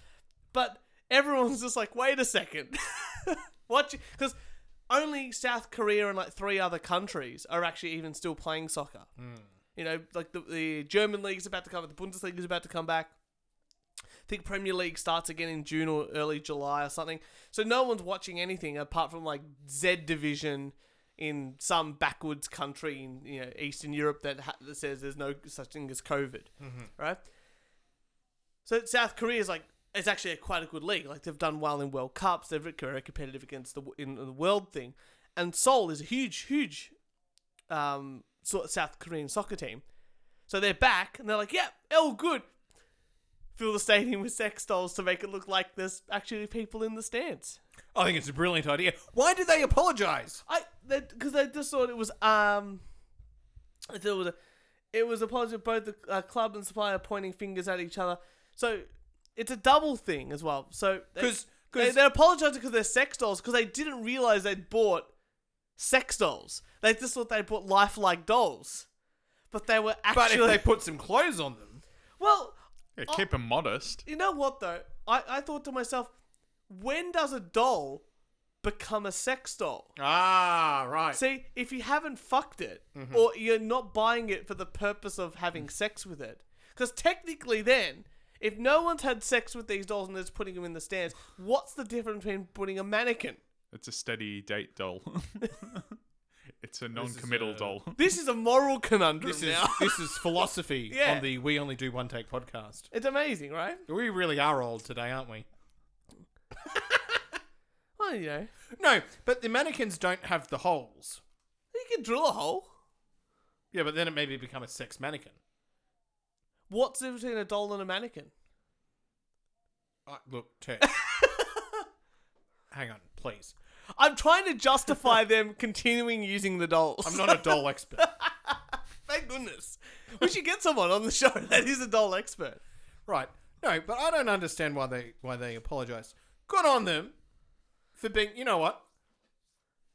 But everyone's just like, wait a second. What? Because only South Korea and like three other countries are actually even still playing soccer. You know, like the, the German league's about to come, the Bundesliga is about to come back. I think Premier League starts again in June or early July or something. So no one's watching anything apart from like Z Division in some backwards country in you know Eastern Europe that, ha- that says there's no such thing as COVID, right? So South Korea's like it's actually a quite a good league. Like they've done well in World Cups. They're very competitive against the in the world thing, and Seoul is a huge, huge um, sort of South Korean soccer team. So they're back and they're like, "Yep, yeah, all good." Fill the stadium with sex dolls to make it look like there's actually people in the stands. I think it's a brilliant idea. Why did they apologise? I because they, just thought it was um, I thought it was a, it was a positive both the uh, club and supplier pointing fingers at each other. So it's a double thing as well. So they- 'Cause- they, 'cause- they apologized because they're sex dolls because they didn't realize they'd bought sex dolls. They just thought they bought lifelike dolls, but they were But actually if they put some clothes on them, well. Yeah, keep him modest. You know what though? I, I thought to myself, when does a doll become a sex doll. Ah, right. See, if you haven't fucked it, Mm-hmm. or you're not buying it for the purpose of Mm. having sex with it, because technically, then, if no one's had sex with these dolls and they're just putting them in the stands, what's the difference between putting a mannequin? It's a steady date doll. it's a non-committal a- doll. This is a moral conundrum this is now. this is philosophy Yeah. on the We Only Do One Take podcast. it's amazing, right? We really are old today, aren't we? Well, you know, No, but the mannequins don't have the holes. you can drill a hole. Yeah, but then it maybe become a sex mannequin. What's the difference between a doll and a mannequin? Uh, look, Ted. Hang on, please. I'm trying to justify them continuing using the dolls. I'm not a doll expert. Thank goodness. We should get someone on the show that is a doll expert. Right. No, but I don't understand why they why they apologise. Good on them for being. You know what?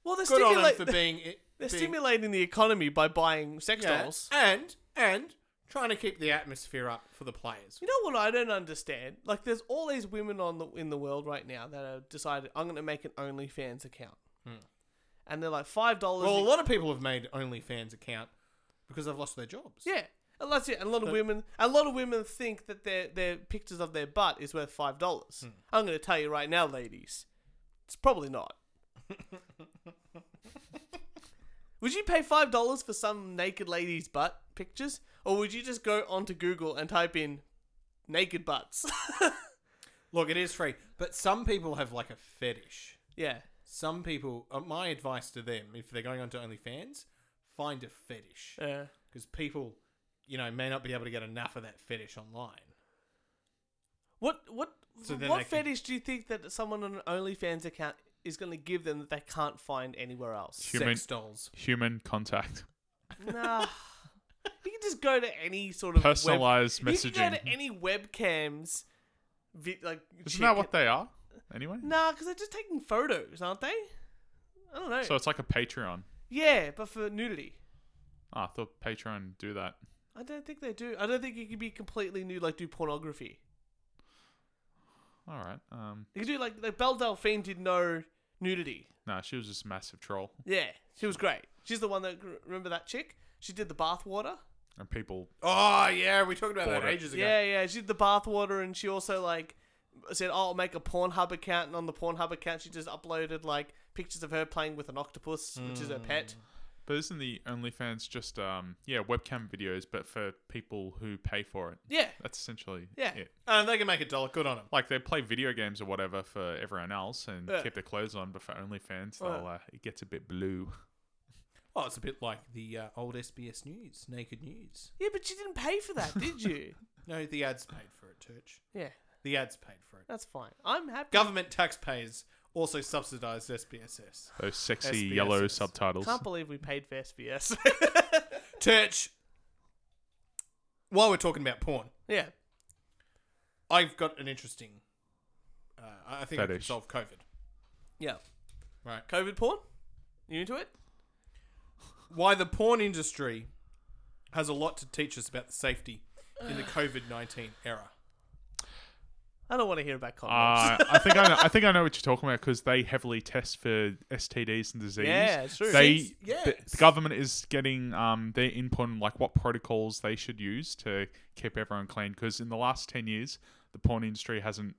Well, they're, Good on them stimulate- for being. It, they're being- stimulating the economy by buying sex yeah, dolls. and and trying to keep the atmosphere up for the players. You know what I don't understand? Like, there's all these women on the in the world right now that have decided I'm going to make an OnlyFans account, and they're like five dollars. Hmm. Well, a lot of people have made OnlyFans account because they've lost their jobs. yeah, and that's it. And a lot of women, a lot of women think that their their pictures of their butt is worth five dollars. Hmm. I'm going to tell you right now, ladies, it's probably not. would you pay five dollars for some naked lady's butt pictures, or would you just go onto Google and type in naked butts? Look, it is free, but some people have like a fetish. yeah. Some people, uh, my advice to them, if they're going onto OnlyFans, find a fetish Yeah. because people, you know, may not be able to get enough of that fetish online. What what So then what they can- fetish do you think that someone on an OnlyFans account is going to give them that they can't find anywhere else? Human- Sex dolls. Human contact. nah. You can just go to any sort of web- Personalized You can go to messaging. any webcams, vi- like Isn't that what chick- they are? Anyway. Nah, because they're just taking photos, aren't they? I don't know. So it's like a Patreon. yeah, but for nudity, Ah, I thought Patreon do that. I don't think they do. I don't think you can be completely nude, like do pornography. All right. Um, You can do like like Belle Delphine did no nudity. no, she was just a massive troll, Yeah, she was great. She's the one that remember that chick. She did the bathwater. and people Oh yeah, we talked about Bought that it. ages ago. Yeah, yeah. She did the bathwater, and she also like said, "Oh, I'll make a Pornhub account." And on the Pornhub account, she just uploaded like pictures of her playing with an octopus, which is her pet. But isn't the OnlyFans just um yeah webcam videos, but for people who pay for it? Yeah, That's essentially Yeah. it. And they can make a dollar. Good on them. Like they play video games or whatever for everyone else and Yeah. keep their clothes on, but for OnlyFans, Yeah. they'll, uh, it gets a bit blue. Oh, it's a bit like the uh, old SBS News, Naked News. yeah. But you didn't pay for that, did you? No, the ads paid for it, Church. yeah, The ads paid for it. that's fine. I'm happy. Government taxpayers also subsidised SBSS. Those sexy yellow SBSs. subtitles. Can't believe we paid for SBS. Church. While we're talking about porn, yeah. I've got an interesting. Uh, I I think I can Fetish. solve COVID. Yeah. Right. COVID porn. You into it? Why the porn industry has a lot to teach us about the safety in the COVID nineteen era. I don't want to hear about condoms. Uh, I think I know, I think I know what you're talking about because they heavily test for STDs and disease. Yeah, it's true. They Since- yeah. the, the government is getting um their input on like what protocols they should use to keep everyone clean because in the last ten years the porn industry hasn't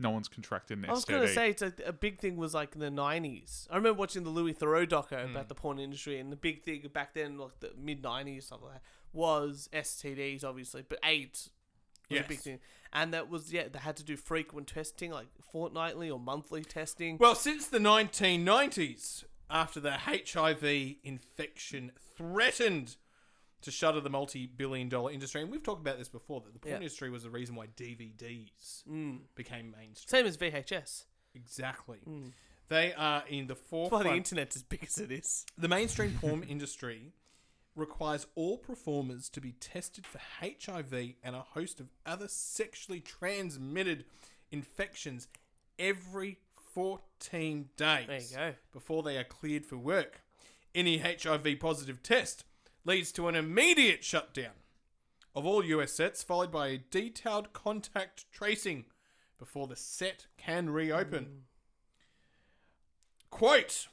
no one's contracted an STD. I was going to say it's a, a big thing was like in the nineties. I remember watching the Louis Theroux doco Hmm. about the porn industry, and the big thing back then, like the mid nineties, something like that, was STDs, obviously, but AIDS was a big Yes. thing, and that was yeah they had to do frequent testing, like fortnightly or monthly testing. Well, since the nineteen nineties, after the HIV infection threatened to shutter the multi-billion-dollar industry, and we've talked about this before, that the porn Yeah. Mm. industry was the reason why DVDs became mainstream. Same as VHS. Exactly. They are in the Mm. Why forefront. the internet's as big as it is. The mainstream porn industry requires all performers to be tested for HIV and a host of other sexually transmitted infections every 14 days There you go. before they are cleared for work. Any HIV positive test leads to an immediate shutdown of all US sets, followed by a detailed Mm. contact tracing before the set can reopen. Quote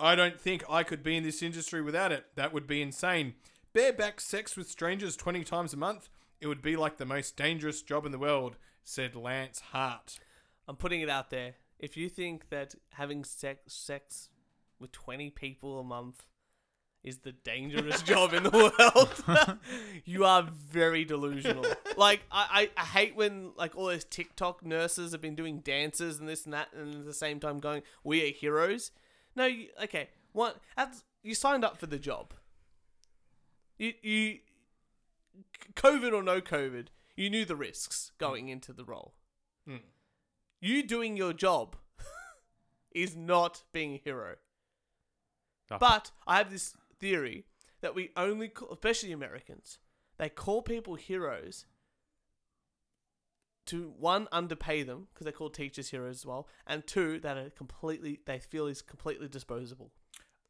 I don't think I could be in this industry without it. That would be insane. Bareback sex with strangers 20 times a month? It would be like the most dangerous job in the world, said Lance Hart. I'm putting it out there. If you think that having sex sex with 20 people a month is the dangerous job in the world, you are very delusional. Like I, I, I hate when like all those TikTok nurses have been doing dances and this and that, and at the same time going, "We are heroes." No, you, okay. What? That's, you signed up for the job. You, you, COVID or no COVID, you knew the risks going into the role you doing your job is not being a hero. Ah. But I have this theory that we only, call, especially Americans, they call people heroes to one underpay them because they call teachers heroes as well, and two that are completely they feel is completely disposable.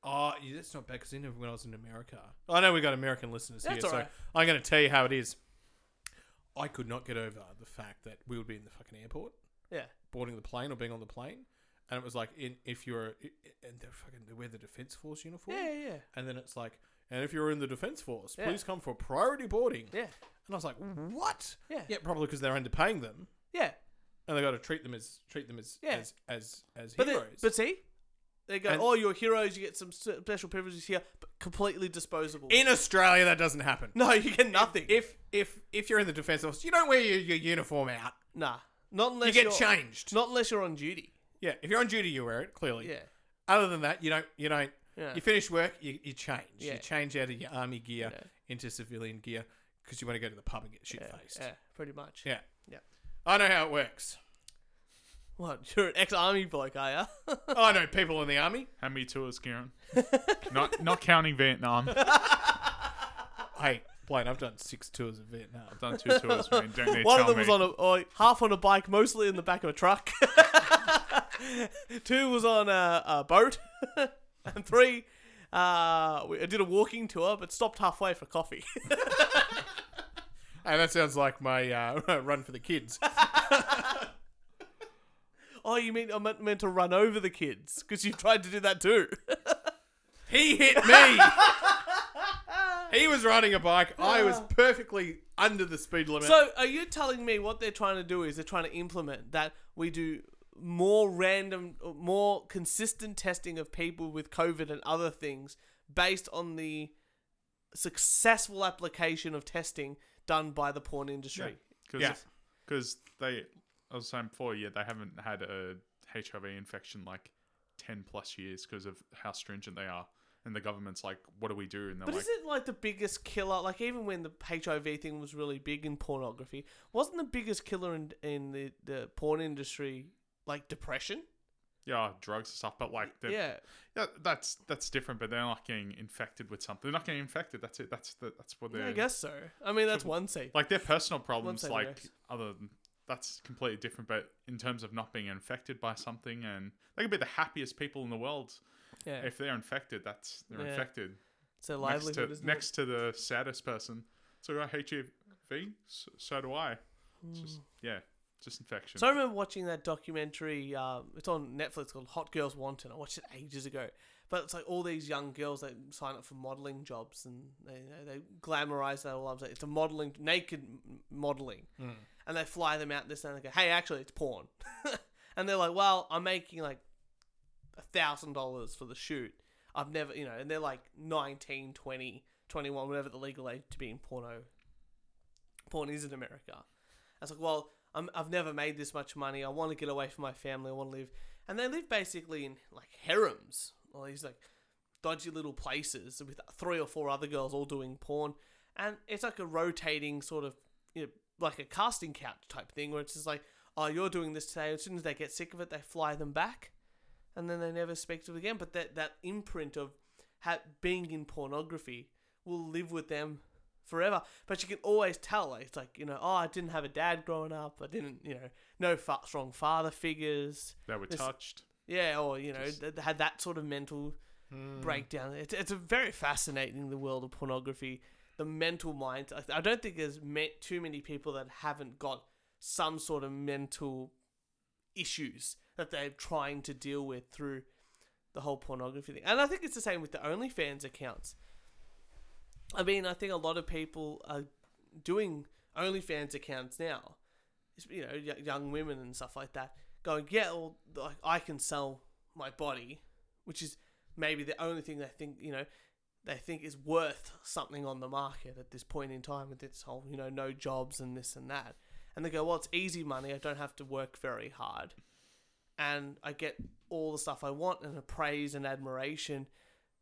Oh, yeah, that's not bad because even when I was in America, I know we got American listeners That's here, so alright. I'm going to tell you how it is. I could not get over the fact that we would be in the fucking airport, Yeah, boarding the plane or being on the plane, and it was like, in if you're, and they're fucking they wear the defense force uniform, yeah, yeah, and then it's like, and if you're in the defense force, Yeah. please come for priority boarding. yeah, And I was like, what? Yeah. yeah, probably because they're underpaying them, yeah. and they got to treat them as treat them as Yeah. as as as But they, heroes. but see, they go, And- oh, you're heroes. You get some s- special privileges here, but completely disposable. in Australia, that doesn't happen. no, you get nothing. if if if you're in the defense force, you don't wear your, your uniform out. Nah, not unless You get are changed. Not unless you're on duty. yeah, if you're on duty, you wear it clearly. Yeah, Other than that, you don't. You don't. Yeah. You finish work, you, you change. Yeah. You change out of your army gear Yeah. into civilian gear because you want to go to the pub and get shit faced. yeah, pretty much. Yeah. Yeah. I know how it works. What? You're an ex-army bloke, are you? I know people in the army. How many tours, Kieran? not not counting Vietnam. I've Hey, Blaine, I've done six tours of Vietnam. done two tours, man. Don't need to One tell of them me. was on a or half on a bike, mostly in the back of a truck. Two was on a, a boat, and three. Uh, we, I did a walking tour, but stopped halfway for coffee. Hey, that sounds like my uh, run for the kids. oh, you mean I meant, meant to run over the kids because you tried to do that too? He hit me. he was riding a bike. I was perfectly under the speed Ah. limit. so, are you telling me what they're trying to do is they're trying to implement that we do more random, more consistent testing of people with COVID and other things based on the successful application of testing done by the porn industry? Cause, Yeah. Because they, I was saying before, yeah, they haven't had a HIV infection like 10 plus years because of how stringent they are. And the government's like, what do we do? And they're But like, isn't like the biggest killer? Like even when the HIV thing was really big in pornography, wasn't the biggest killer in in the, the porn industry like depression? yeah, drugs and stuff. But like, they're- Yeah, yeah, that's that's different. But they're not getting infected with something. They're not getting infected. That's it. That's the, that's what they're. yeah, I guess so. I mean, that's one safe. Like their personal problems, second, like guys. other than that's completely different. But in terms of not being infected by something, and they could be the happiest people in the world Yeah, if they're infected. That's they're Yeah. infected. it's their next livelihood. to, isn't it? next to the saddest person. So I hate you, V. So, so do I. It's just yeah, just infection. Hmm. So I remember watching that documentary. Um, it's on Netflix called Hot Girls Wanted. I watched it ages ago, but it's like all these young girls that sign up for modeling jobs and they you know, they glamorize their lives. Like, it's a modeling naked m- modeling, and they fly them out this and they go, "Hey, actually, it's porn," and they're like, "Well, I'm making like a thousand dollars for the shoot. I've never, you know," and they're like 19, 20, 21, whatever the legal age to be in porno. Porn is in America. I was like, well, I'm, I've never made this much money. I want to get away from my family. I want to live. And they live basically in like harems, all these like dodgy little places with three or four other girls all doing porn. And it's like a rotating sort of, you know, like a casting couch type thing where it's just like, oh, you're doing this today. As soon as they get sick of it, they fly them back. And then they never speak to them again. But that, that imprint of ha- being in pornography will live with them forever. But you can always tell, like, it's like you know, oh, I didn't have a dad growing up. I didn't, you know, no fa- strong father figures. they were this- touched. Yeah, or you know, th- had that sort of mental breakdown. It's it's a very fascinating the world of pornography, the mental mind. I- I don't think there's met too many people that haven't got some sort of mental issues that they're trying to deal with through the whole pornography thing. And I think it's the same with the OnlyFans accounts. I mean, I think a lot of people are doing OnlyFans accounts now. It's, You know, y- young women and stuff like that going, yeah, well, like I can sell my body, which is maybe the only thing they think you know they think is worth something on the market at this point in time with this whole you know no jobs and this and that. And they go, well, it's easy money. I don't have to work very hard and I get all the stuff I want and a praise and admiration.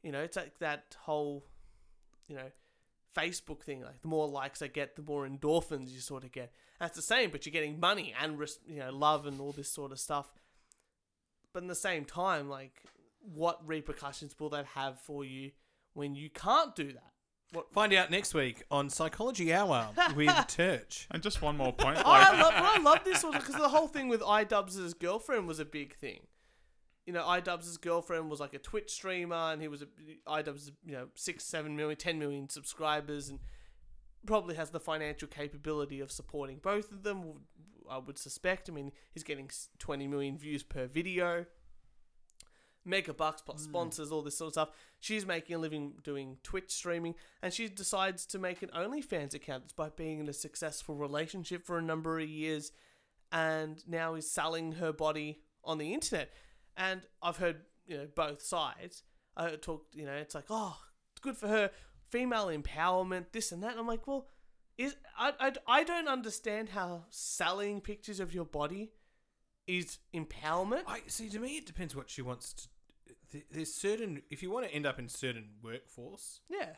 You know, it's like that whole, you know, Facebook thing. Like the more likes I get, the more endorphins you sort of get. That's the same, but you're getting money and res- you know love and all this sort of stuff. But in the same time, like, what repercussions will that have for you when you can't do that? Find out next week on Psychology Hour with Turch. And just one more point. Oh, I like- love, well, I love this one because the whole thing with iDubbbz's girlfriend was a big thing. You know, iDubbbz's girlfriend was like a Twitch streamer, and he was a iDubbbz, you know, six, seven million, ten million subscribers, and probably has the financial capability of supporting both of them. w- I would suspect. I mean, he's getting s- twenty million views per video, mega bucks plus sponsors, all this sort of stuff. She's making a living doing Twitch streaming, and she decides to make an OnlyFans account despite being in a successful relationship for a number of years, and now is selling her body on the internet. And I've heard you know both sides. I talked, you know, it's like, oh, it's good for her, female empowerment, this and that. And I'm like, well, is I, I I don't understand how selling pictures of your body is empowerment. I see. To me, it depends what she wants to. th- There's certain. If you want to end up in certain workforce, yeah,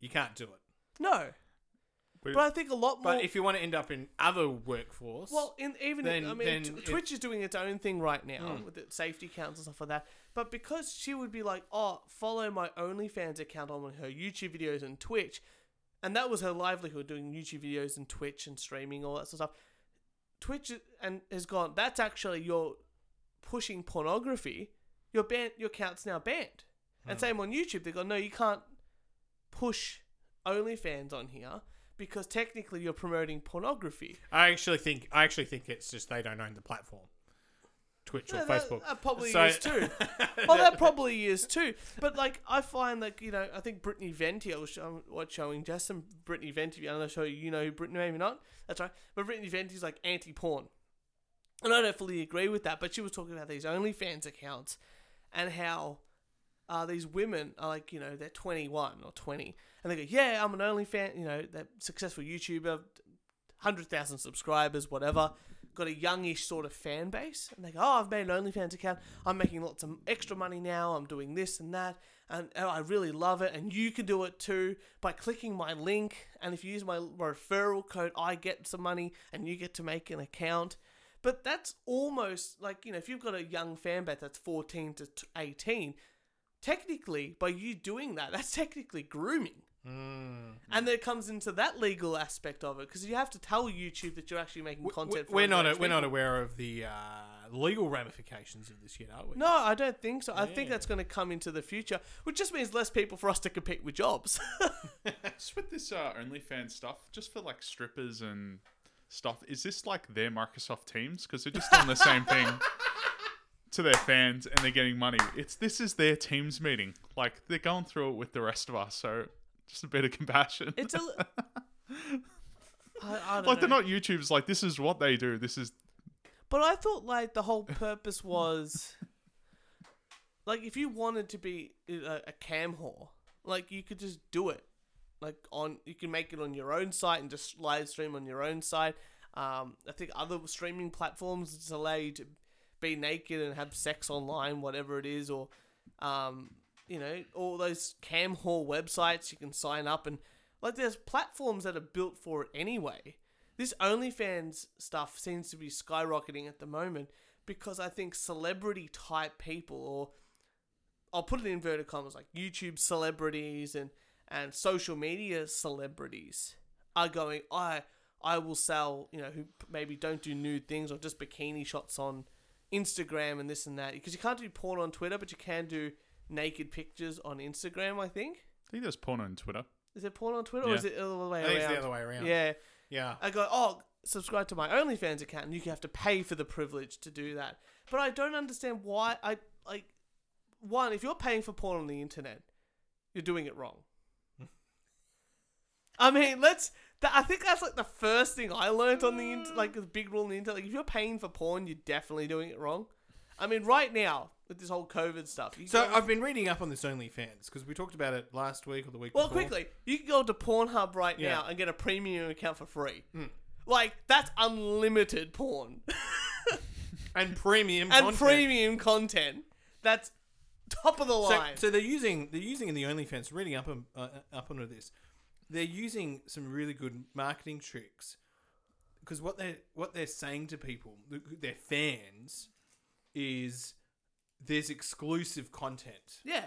you can't do it. no. But- But I think a lot more. But if you want to end up in other workforce, Well, in, even then- I mean, then Tw- it- Hmm. Twitch is doing its own thing right now with its safety counts and stuff like that. But because she would be like, "Oh, follow my OnlyFans account on her YouTube videos and Twitch," and that was her livelihood doing YouTube videos and Twitch and streaming all that sort of stuff. Twitch is- and has gone. That's actually you're pushing pornography. Your ban your account's now banned. And Hmm. same on YouTube. They go, no, you can't push OnlyFans on here because technically you're promoting pornography. I actually think I actually think it's just they don't own the platform, Twitch or Yeah, that- Facebook. That probably So- is too. well, that probably is too. But like, I find like you know, I think Brittany Venti. I was showing, what, showing just some Brittany Venti. I don't know, show you know who Brittany, maybe not. That's right. But Brittany Venti's like anti-porn, and I don't fully agree with that. But she was talking about these OnlyFans accounts and how uh, these women are like, you know, they're 21 or 20, and they go, yeah, I'm an OnlyFan, you know, that successful YouTuber, 100,000 subscribers, whatever, got a youngish sort of fan base, and they go, oh, I've made an OnlyFans account, I'm making lots of extra money now, I'm doing this and that, and oh, I really love it, and you can do it too by clicking my link, and if you use my referral code, I get some money, and you get to make an account. But that's almost like, you know, if you've got a young fan base that's 14 to t- 18, technically, by you doing that, that's technically grooming. Hmm. And then it comes into that legal aspect of it because you have to tell YouTube that you're actually making We- content. for we're not underage we're not people. aware of the uh, legal ramifications of this yet, are we? No, I don't think so. I think that's going to come into the future, which just means less people for us to compete with jobs. Just with this uh, OnlyFans stuff, just for like strippers and stuff, is this like their Microsoft Teams? Because they're just doing the same thing to their fans and they're getting money. It's this is their Teams meeting. Like they're going through it with the rest of us. So just a bit of compassion. it's a. I, I don't like know. they're not YouTubers. Like this is what they do. This is But I thought like the whole purpose was like if you wanted to be a, a cam whore, like you could just do it. Like on you can make it on your own site and just live stream on your own site. Um, I think other streaming platforms just allow you to be naked and have sex online, whatever it is, or um, you know, all those cam whore websites you can sign up and like there's platforms that are built for it anyway. This OnlyFans stuff seems to be skyrocketing at the moment because I think celebrity type people or I'll put it in inverted commas like YouTube celebrities and and social media celebrities are going I I will sell you know who p- maybe don't do nude things or just bikini shots on Instagram and this and that because you can't do porn on Twitter but you can do naked pictures on Instagram I think I think there's porn on Twitter. is it porn on Twitter or Yeah. is it the other way I around think it's the other way around. yeah yeah. I go, oh, subscribe to my OnlyFans account, and you have to pay for the privilege to do that. But I don't understand why I like one, if you're paying for porn on the internet, you're doing it wrong. I mean, let's. Th- I think that's like the first thing I learned on the inter- like the big rule on the internet. Like, if you're paying for porn, you're definitely doing it wrong. I mean, right now with this whole COVID stuff. You So go- I've been reading up on this OnlyFans because we talked about it last week or the week well, before. quickly, you can go to Pornhub right Yeah. Hmm. now and get a premium account for free. Like that's unlimited porn and premium and content. premium content. That's top of the So, line. so they're using they're using in the OnlyFans reading up on, uh, up onto this. They're using some really good marketing tricks because what they what they're saying to people, th- their fans, is there's exclusive content, yeah,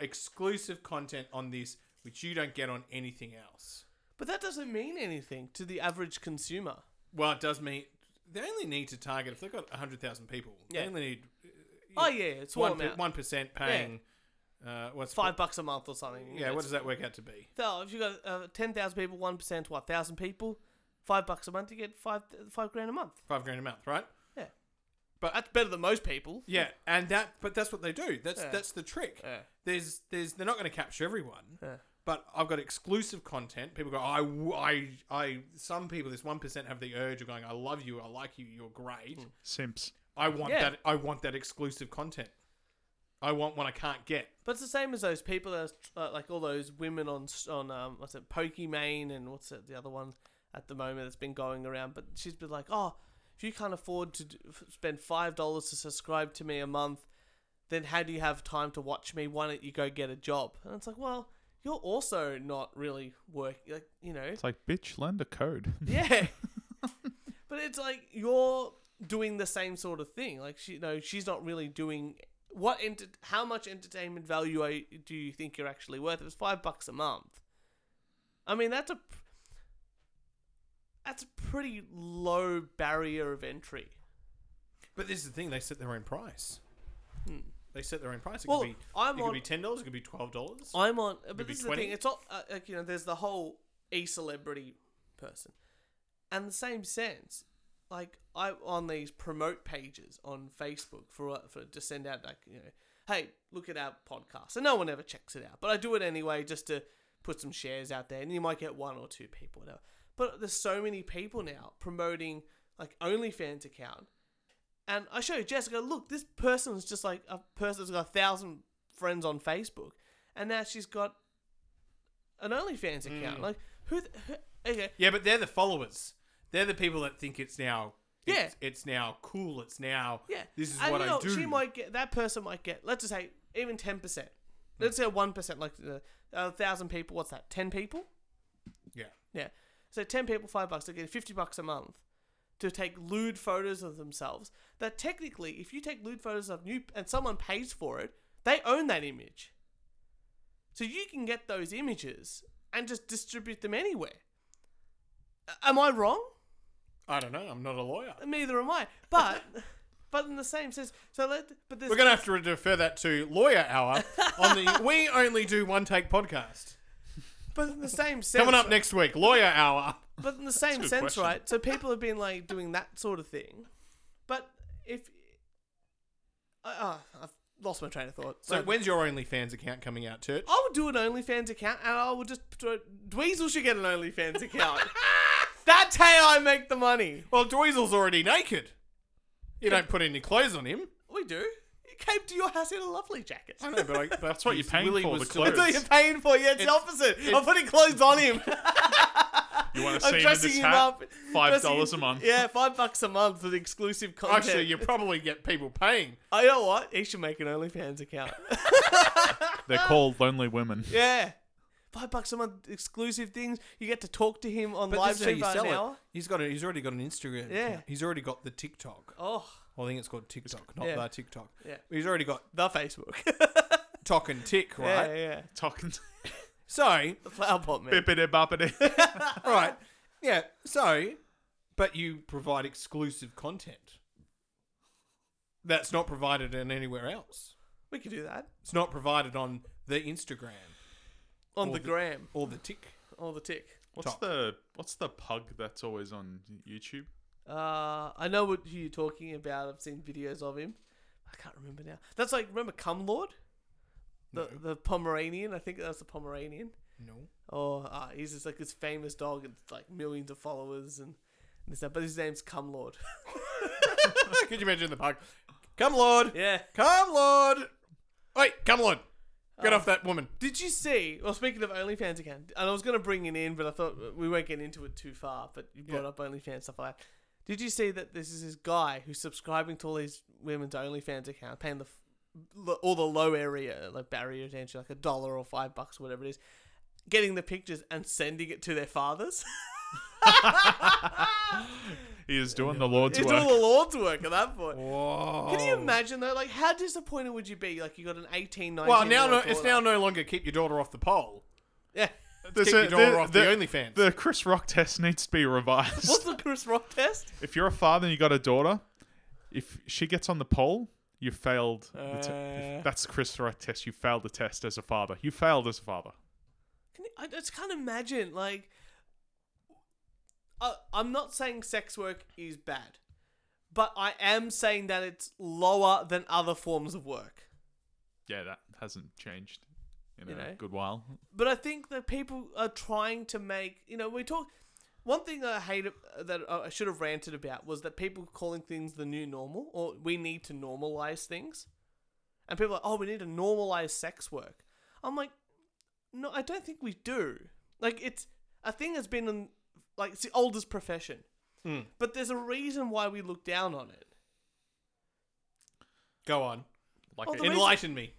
exclusive content on this which you don't get on anything else. but that doesn't mean anything to the average consumer. Well, it does mean they only need to target if they've got hundred thousand people. Yeah. They only need Oh yeah, it's one one amount. one percent paying. Uh, what's five bucks a month or something. Yeah, what It's- does that work out to be? So if you got uh, ten thousand people, one percent, what thousand people, five bucks a month, you get five five grand a month. Five grand a month, right? Yeah, But- that's better than most people. Yeah, and that but that's what they do. That's Yeah. that's the trick. Yeah. There's there's they're not going to capture everyone. Yeah. But I've got exclusive content. People go, I, w- I, I- Some people, this one percent, have the urge of going, I love you, I like you, you're great. Simps. I Hmm. want Yeah. that. I want that exclusive content. I want one I can't get. But it's the same as those people that are, uh, like all those women on s- on um what's it Pokimane and what's it the other one at the moment that's been going around. But she's been like, oh, if you can't afford to d- f- spend five dollars to subscribe to me a month, then how do you have time to watch me? Why don't you go get a job? And it's like, well, you're also not really working. Like you know, It's like, bitch, lend a code. Yeah. but it's like you're doing the same sort of thing. Like she, no, she's not really doing what. Enter- how much entertainment value are, you- do you think you're actually worth? It was five bucks a month. I mean, that's a pr- that's a pretty low barrier of entry. But this is the thing. They set their own price. They set their own price. It Hmm. Well, could be. I'm it on- could be ten dollars. It could be twelve dollars. I'm on, be but this is the 20? thing. It's not uh, like you know. There's the whole e celebrity person, and the same sense. Like I on these promote pages on Facebook for uh, for to send out like you know, hey, look at our podcast, and no one ever checks it out, but I do it anyway just to put some shares out there, and you might get one or two people, whatever. But there's so many people now promoting like OnlyFans account, and I showed Jessica, look, this person's just like a person that's got a thousand friends on Facebook, and now she's got an OnlyFans Hmm. account. Like, who, th- who? Okay, Yeah, but they're the followers. They're the people that think it's now. Yeah. It's, it's now cool. It's now. yeah. This is And, what you I know, do. She might get that person might get. Let's just say even ten percent. Let's say one percent, like uh, a thousand people. What's that? Ten people. Yeah. Yeah. So ten people, five bucks. They're getting fifty bucks a month to take lewd photos of themselves. That technically, if you take lewd photos of new and someone pays for it, they own that image. So you can get those images and just distribute them anywhere. A- Am I wrong? I don't know. I'm not a lawyer. Neither am I. But but in the same sense, so let but there's We're going to have to defer that to lawyer hour on the We Only Do One Take podcast. but in the same sense Coming up next week, lawyer hour. But in the same good sense, question. right? So people have been like doing that sort of thing, but if I oh, I've lost my train of thought. So Like, when's your OnlyFans account coming out, Church? I would do an OnlyFans account, and I would just Dweezil should get an OnlyFans account. That's how I make the money. Well, Dweezil's already naked. You don't put any clothes on him. We do. He came to your house in a lovely jacket. I know, but, I, but That's what you're paying Willy for, was the still- That's what you're clothes. paying for. Yeah, it's, the opposite. I'm putting clothes on him. You want to I'm see him in dressing this him hat? up. Five dressing- dollars a month. Yeah, five bucks a month for the exclusive content. Actually, you probably get people paying. Oh, you know what? He should make an OnlyFans account. They're called lonely women. yeah. Five bucks a month, exclusive things. You get to talk to him on live stream for an hour. He's got. A, he's already got an Instagram. Yeah. account. He's already got the TikTok. Oh, I think it's called TikTok, not Yeah. the TikTok. Yeah. He's already got the Facebook. Tock and Tick, yeah, right? yeah. Talking. So, The flower pot man. Bippity boppity. right. Yeah, so, but you provide exclusive content. That's not provided in anywhere else. We could do that It's not provided on the Instagram on Or the the- gram or the Tick. or the tick. What's Talk. the What's the pug that's always on YouTube? Uh, I know what who you're talking about. I've seen videos of him, I can't remember now. That's like remember Cum Lord, the the Pomeranian. I think that was the Pomeranian. No. Oh, uh, he's just like this famous dog and like millions of followers and, and stuff. But his name's Cum Lord. Could you imagine the park? Come, Lord. yeah. Come, Lord. Wait, come, Lord. Oh. Get off that woman. Did you see? Well, speaking of OnlyFans account, and I was going to bring it in, but I thought we won't get into it too far. But you brought Yeah. up OnlyFans stuff like that. Did you see that this is this guy who's subscribing to all these women's OnlyFans account, paying the f- lo- all the low area like barrier to entry, like a dollar or five bucks, whatever it is, getting the pictures and sending it to their fathers? He is doing the Lord's it's work. all the Lord's work at that point. Whoa. Can you imagine though? Like, how disappointed would you be? Like, you got an 18, 19 Well, now year no, old it's daughter. now no longer keep your daughter off the pole. yeah. There's Keep a- your daughter there- off the, there- OnlyFans. The Chris Rock test needs to be revised. What's the Chris Rock test? if you're a father and you got a daughter, if she gets on the pole, you failed. the te- Uh. that's the Chris Rock test. You failed the test as a father. You failed as a father. Can you, I just can't imagine. Like, I, I'm not saying sex work is bad, but I am saying that it's lower than other forms of work. Yeah, that hasn't changed in You a know? good while. But I think that people are trying to make. You know, we talk. One thing that I hate that I should have ranted about was that people calling things the new normal, or we need to normalize things, and people are like, "Oh, we need to normalize sex work." I'm like, no, I don't think we do. Like it's a thing that's been in like it's the oldest profession, but there's a reason why we look down on it. Go on. Like Oh, it- the reason- Enlighten me.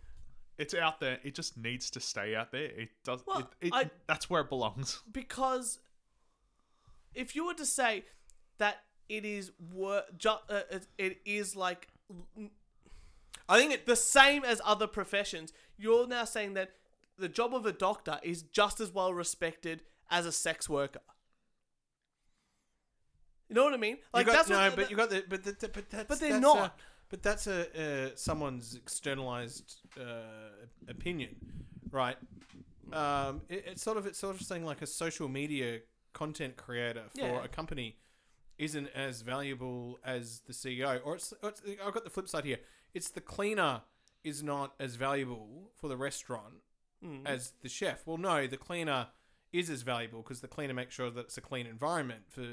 it's out there. It just needs to stay out there. It does. Well, it, it, I- that's where it belongs. because if you were to say that it is wor- ju- uh, it- it is like I think it the same as other professions. You're now saying that the job of a doctor is just as well respected as a sex worker. You know what I mean? Like you got, that's no, what, but you got the but the, the- but that's But they're that's not. A, but that's a uh, someone's externalized uh, opinion, right? Um, it, it's sort of it's sort of saying like a social media content creator for Yeah. a company isn't as valuable as the CEO, or it's, or it's I've got the flip side here. It's the cleaner is not as valuable for the restaurant as the chef. Well, no, the cleaner is as valuable because the cleaner makes sure that it's a clean environment for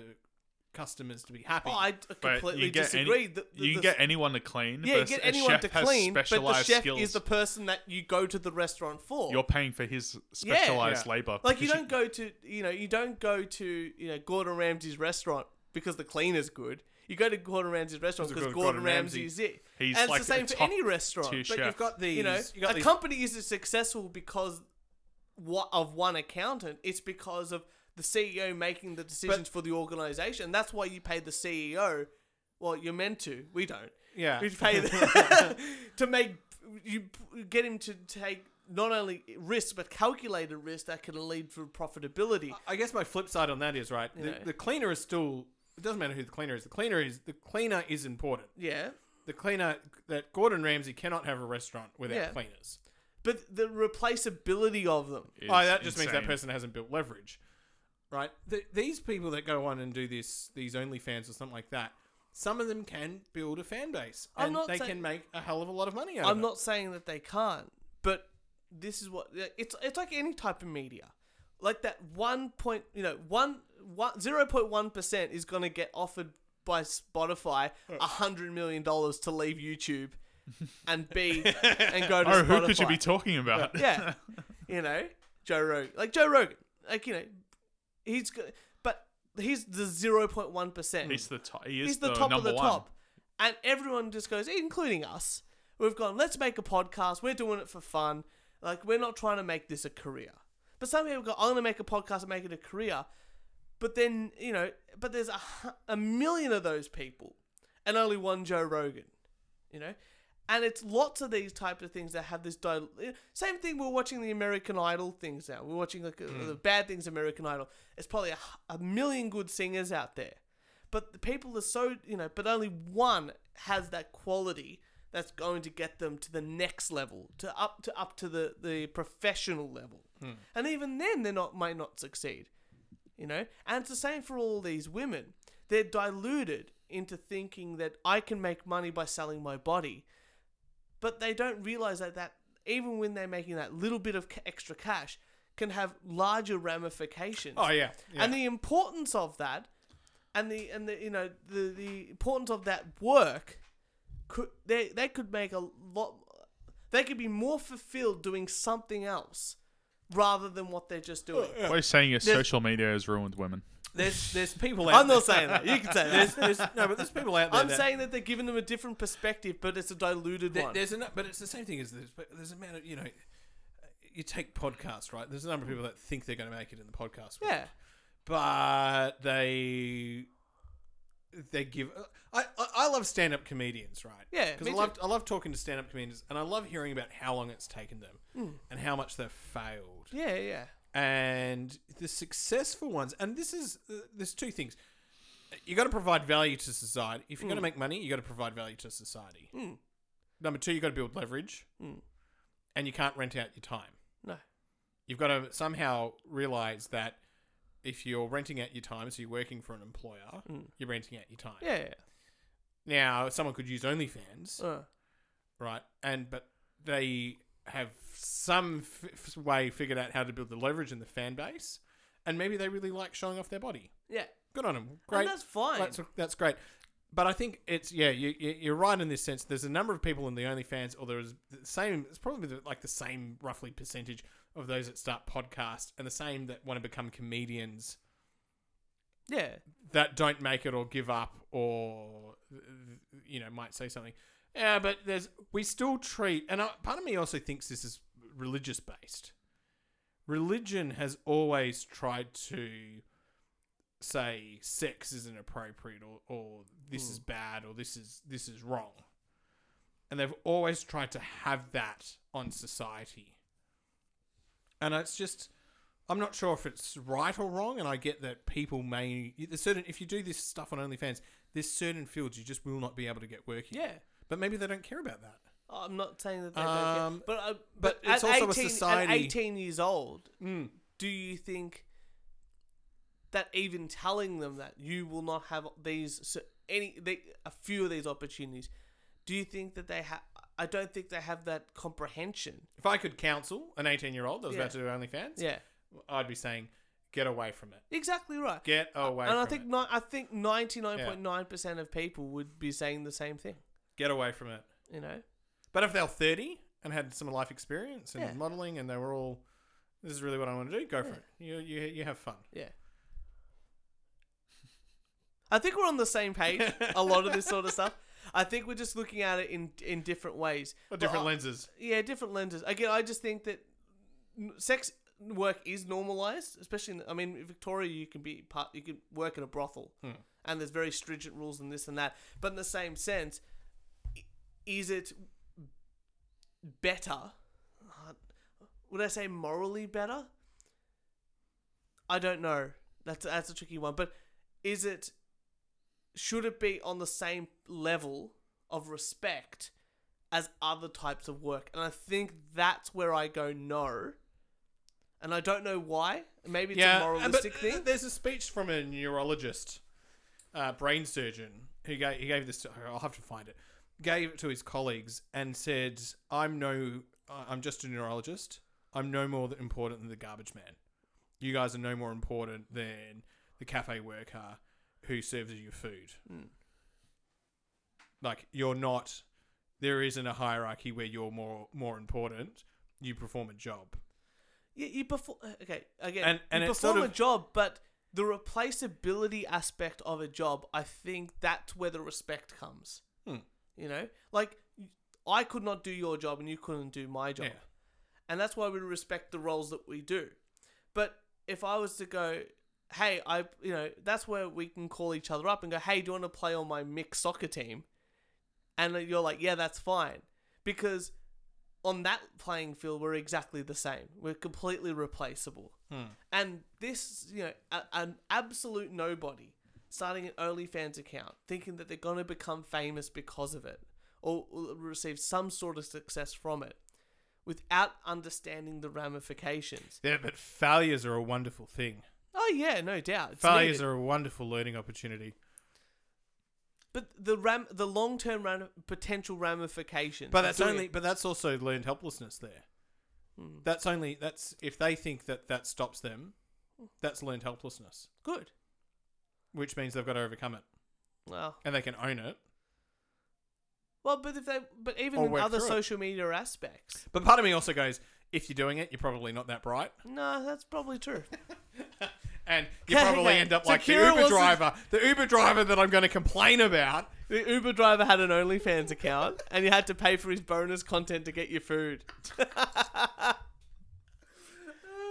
customers to be happy. Oh, I d- But completely you get any- disagree. The- the- you the- can get anyone to clean. yeah, you versus get a anyone chef to has clean, but the specialized chef skills. is the person that you go to the restaurant for. You're paying for his specialized Yeah. labor. Like you because don't go to you know you don't go to you know Gordon Ramsay's restaurant because the cleaner's good. You go to Gordon Ramsay's restaurant Because because of Gordon, Gordon Ramsay. Ramsay's it. He's and like it's the same a for top any restaurant. tier But chef. You've got these. you know, you got a these, company is successful because what of one accountant. It's because of the CEO making the decisions for the organization. That's why you pay the CEO. Well, you're meant to. We don't. Yeah. We pay the, to make you get him to take not only risk but calculated risk that can lead to profitability. I guess my flip side on that is right. The, know. the cleaner is still. It doesn't matter who the cleaner is. The cleaner is the cleaner is important. Yeah. The cleaner that Gordon Ramsay cannot have a restaurant without Yeah. cleaners. But the replaceability of them. it Oh, is that just means that insane. person hasn't built leverage, right? Th these people that go on and do this, these OnlyFans or something like that, some of them can build a fan base I'm and not they saying- can make a hell of a lot of money. Out I'm of not saying that they can't, but this is what it's it's like any type of media. Like that one point, you know, one one zero point one percent is going to get offered by Spotify a hundred million dollars to leave YouTube and be and go to Oh, Spotify. who could you be talking about? yeah, you know, Joe Rogan, like Joe Rogan, like you know, he's good, but he's the zero point one percent He's the top. He is he's the, the, top of number the one. top. And everyone just goes, including us, we've gone, let's make a podcast. We're doing it for fun. Like, we're not trying to make this a career. But some people go, I'm going to make a podcast and make it a career. But then, you know, but there's a, hu- a million of those people and only one Joe Rogan, you know? And it's lots of these type of things that have this dil- same thing. We're watching the American Idol things now. We're watching like uh, Hmm. the bad things American Idol. It's probably a, h- a million good singers out there, but the people are so you know, but only one has that quality that's going to get them to the next level, to up to up to the the professional level. And even then, they are not might not succeed you know and it's the same for all these women they're diluted into thinking that i can make money by selling my body but they don't realize that that even when they're making that little bit of ca- extra cash can have larger ramifications. Oh yeah, yeah. And the importance of that, and the and the you know the the importance of that work, could they they could make a lot. They could be more fulfilled doing something else rather than what they're just doing. Why are you saying your There's- social media has ruined women? there's there's people. Out I'm not there- saying that. You can say There's, that. there's, no, but there's people out there. I'm that- saying that they're giving them a different perspective, but it's a diluted There- one. There's an, but it's the same thing as this. But there's a amount of you know, you take podcasts right. There's a number of people that think they're going to make it in the podcast. World, Yeah. but they they give. I I, I love stand up comedians, right? Yeah, because me I too. love I love talking to stand up comedians, and I love hearing about how long it's taken them Hmm. and how much they've failed Yeah, yeah. and the successful ones and this is there's two things you got to provide value to society if you're Hmm. going to make money you got to provide value to society number two you got to build leverage Hmm. and you can't rent out your time No. you've got to somehow realize that if you're renting out your time so you're working for an employer you're renting out your time Yeah, yeah. now someone could use onlyfans Uh, right? And but they have some f- f- way figured out how to build the leverage in the fan base, and maybe they really like showing off their body. yeah. Good on them. Great. that's fine. That's, that's great. But I think it's yeah, you, you, you're right in this sense. There's a number of people in the OnlyFans, or there's the same. It's probably the, like the same roughly percentage of those that start podcasts, and the same that want to become comedians Yeah. that don't make it or give up or you know might say something yeah but there's we still treat and I, part of me also thinks this is religious based religion has always tried to say sex is inappropriate or, or this is bad or this is this is wrong and they've always tried to have that on society and it's just I'm not sure if it's right or wrong, and I get that people may there's certain if you do this stuff on OnlyFans, there's certain fields you just will not be able to get working. Yeah. but maybe they don't care about that. I'm not saying that they Um, don't care. But, uh, but but, it's at also a 18, society- Mm. At 18 years old, do you think that even telling them that you will not have these, so any, they, a few of these opportunities, do you think that they have, I don't think they have that comprehension. If I could counsel an 18 year old that was about to do OnlyFans, Yeah. I'd be saying, get away from it, Exactly right. get away, and from I think it. ni- I think ninety nine point nine percent of people would be saying the same thing. get away from it. You know, But if they were 30 and had some life experience and Yeah. modeling, and they were all, this is really what I want to do, go for it. You you you have fun. yeah. I think we're on the same page. a lot of this sort of stuff. I think we're just looking at it in in different ways. Or different But I- lenses. Yeah, different lenses. Again, I just think that n- sex work is normalized, especially. In, I mean, in Victoria, you can be part, you can work in a brothel, Hmm. and there's very stringent rules and this and that. But in the same sense, i- is it better? Would I say morally better? I don't know. That's that's a tricky one. But is it? Should it be on the same level of respect? as other types of work. And I think that's where I go no. And I don't know why. Maybe it's a and- moralistic uh, but thing. There's a speech from a neurologist, uh, brain surgeon, who gave, he gave this. To, I'll have to find it. Gave it to his colleagues and said, "I'm no, I- I'm just a neurologist. I'm no more th- important than the garbage man. You guys are no more important than the cafe worker who serves you food. Hmm. Like you're not. There isn't a hierarchy where you're more more important. You perform a job. you, you perform okay again. And- and you it's sort perform a of- job, but the replaceability aspect of a job, I think that's where the respect comes. Hmm. You know, like I could not do your job, and you couldn't do my job, Yeah. and that's why we respect the roles that we do. But if I was to go, hey, I, you know, that's where we can call each other up and go, hey, do you want to play on my mixed soccer team? And you're like, yeah, that's fine, because on that playing field we're exactly the same. We're completely replaceable. Hmm. And this, you know, a, an absolute nobody starting an OnlyFans account, thinking that they're going to become famous because of it or will receive some sort of success from it, without understanding the ramifications. Yeah, but failures are a wonderful thing." Oh yeah, no doubt. It's Failures needed. are a wonderful learning opportunity. But the ram, the long term ram- potential ramifications. But that's doing only. it- But that's also learned helplessness there. That's only. That's if they think that that stops them. That's learned helplessness, good. which means they've got to overcome it, Well, and they can own it. well, but if they, but even Or in work other through it. social media aspects, But part of me also goes, if you're doing it, you're probably not that bright, no, that's probably true. and you Okay, probably okay. end up So like Kira the Uber wasn't- driver, the Uber driver that I'm going to complain about. the Uber driver had an OnlyFans account, and you had to pay for his bonus content to get your food.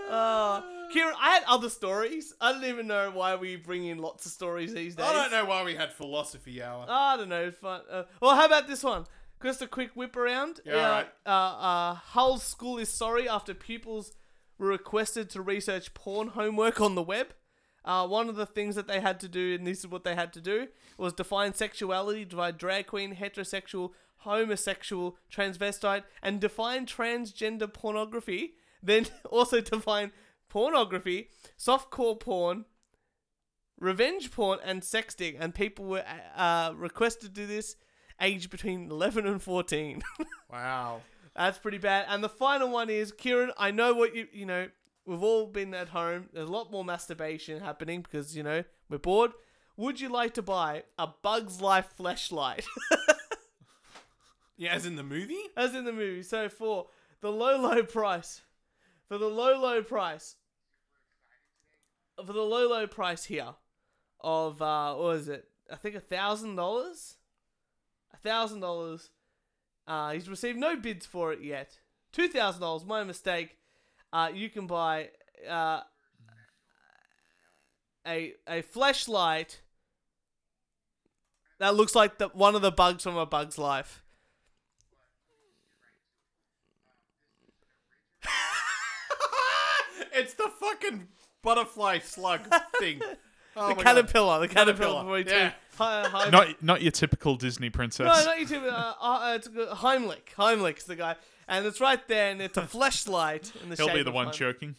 Uh, Kieran, I had other stories. I don't even know why we bring in lots of stories these days. I don't know why we had philosophy hour. I don't know. Fun. Uh, well, how about this one? Just a quick whip around. Yeah, alright. Uh, uh, Hull school is sorry after pupils were requested to research porn homework on the web. Uh, one of the things that they had to do, and this is what they had to do, was define sexuality by drag queen, heterosexual, homosexual, transvestite, and define transgender pornography. Then also define pornography, softcore porn, revenge porn and sexting, and people were uh, requested to do this aged between 11 and 14. Wow. That's pretty bad. And the final one is Kieran, I know what you, you know, we've all been at home. There's a lot more masturbation happening because, you know, we're bored. Would you like to buy a Bugs Life flashlight? Yeah, as in the movie. As in the movie. So for the low, low price, for the low, low price, for the low, low price here of, uh, what is it? I think a thousand dollars? A thousand dollars. Uh, he's received no bids for it yet. Two thousand dollars, my mistake. Uh, you can buy, uh, a, a flashlight that looks like the, one of the bugs from a bug's life. it's the fucking butterfly slug thing. Oh the my God. caterpillar, the caterpillar, Caterpillar, from yeah. yeah. Hi, hi, Not not your typical Disney no, princess. not you too. Uh, uh, it's uh, Heimlich. Heimlich's the guy, and it's right there, and it's a flashlight. In the He'll shape be the of one Heimlich. choking.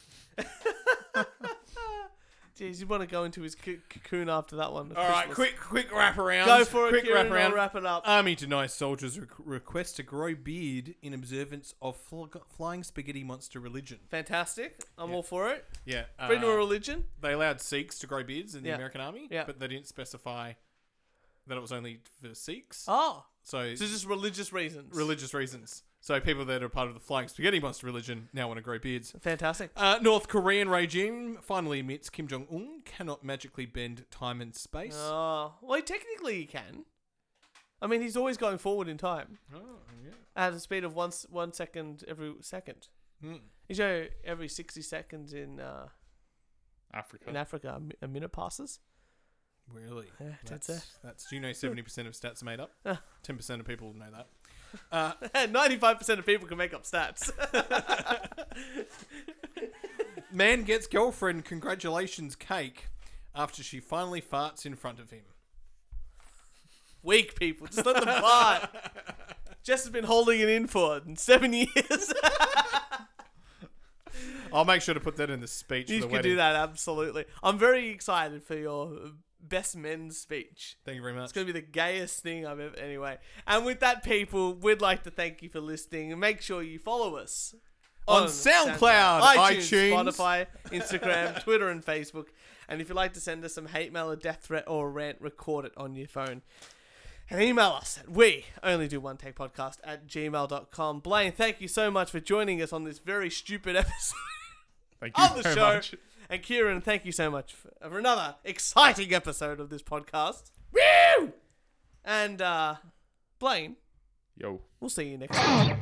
Jeez, you want to go into his c- cocoon after that one? the All right, chrysalis. quick, quick wrap around. Go for it, quick Uh, Kieran, wrap and I'll around. wrap it up. Army denies soldiers re- request to grow beard in observance of fl- flying spaghetti monster religion. Fantastic. I'm all for it. Yeah, uh, Freedom of religion. they allowed Sikhs to grow beards in the Yeah. American army, Yeah. but they didn't specify that it was only for Sikhs. Oh, So, so just religious reasons. religious reasons. So people that are part of the flying spaghetti monster religion now want to grow beards. Fantastic. Uh, North Korean regime finally admits Kim Jong Un cannot magically bend time and space. Oh, well, technically he can. I mean, he's always going forward in time Oh, at a speed of one s- one second every second. You know, every sixty seconds in. Uh, Africa. in Africa, a mi- a minute passes. Really? Yeah, that's that's, that's do you know seventy percent of stats are made up? Ah. Ten percent of people know that. Ninety-five percent of people can make up stats. Man gets girlfriend congratulations cake after she finally farts in front of him. Weak people, just let them fart. Jess has been holding it in for seven years. I'll make sure to put that in the speech. you for can the wedding. do that absolutely. I'm very excited for your best men's speech. Thank you very much. It's going to be the gayest thing I've ever. Anyway, and with that, people, we'd like to thank you for listening and make sure you follow us On SoundCloud, iTunes. Spotify, Instagram, Twitter, and Facebook. And if you'd like to send us some hate mail, a death threat, or a rant, record it on your phone. And email us at we only do one take podcast at gmail.com. Blaine, thank you so much for joining us on this very stupid episode Thank you of the very show. much. And Kieran, thank you so much for, for another exciting episode of this podcast. Woo! And uh, Blaine, Yo. we'll see you next time.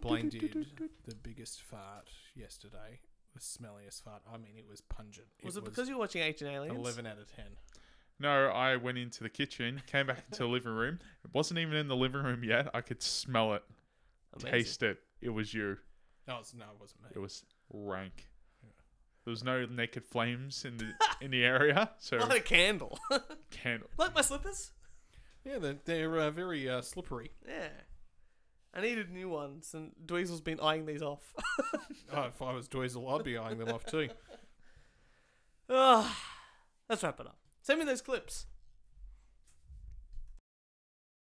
Blaine did the biggest fart yesterday. The smelliest fart. I mean, it was pungent. Was it, because you were watching Ancient Aliens? eleven out of ten? No, I went into the kitchen, came back into the living room. It wasn't even in the living room yet. I could smell it, Amazing. taste it. It was you. No, it's, no, it wasn't me. It was rank. There was no naked flames in the in the area, so Light a candle. candle. like my slippers? Yeah, they're, they're uh, very uh, slippery. Yeah. I needed new ones, and Dweezil's been eyeing these off. Oh, if I was Dweezil, I'd be eyeing them off too. Ah, Ugh. Let's wrap it up. Send me those clips.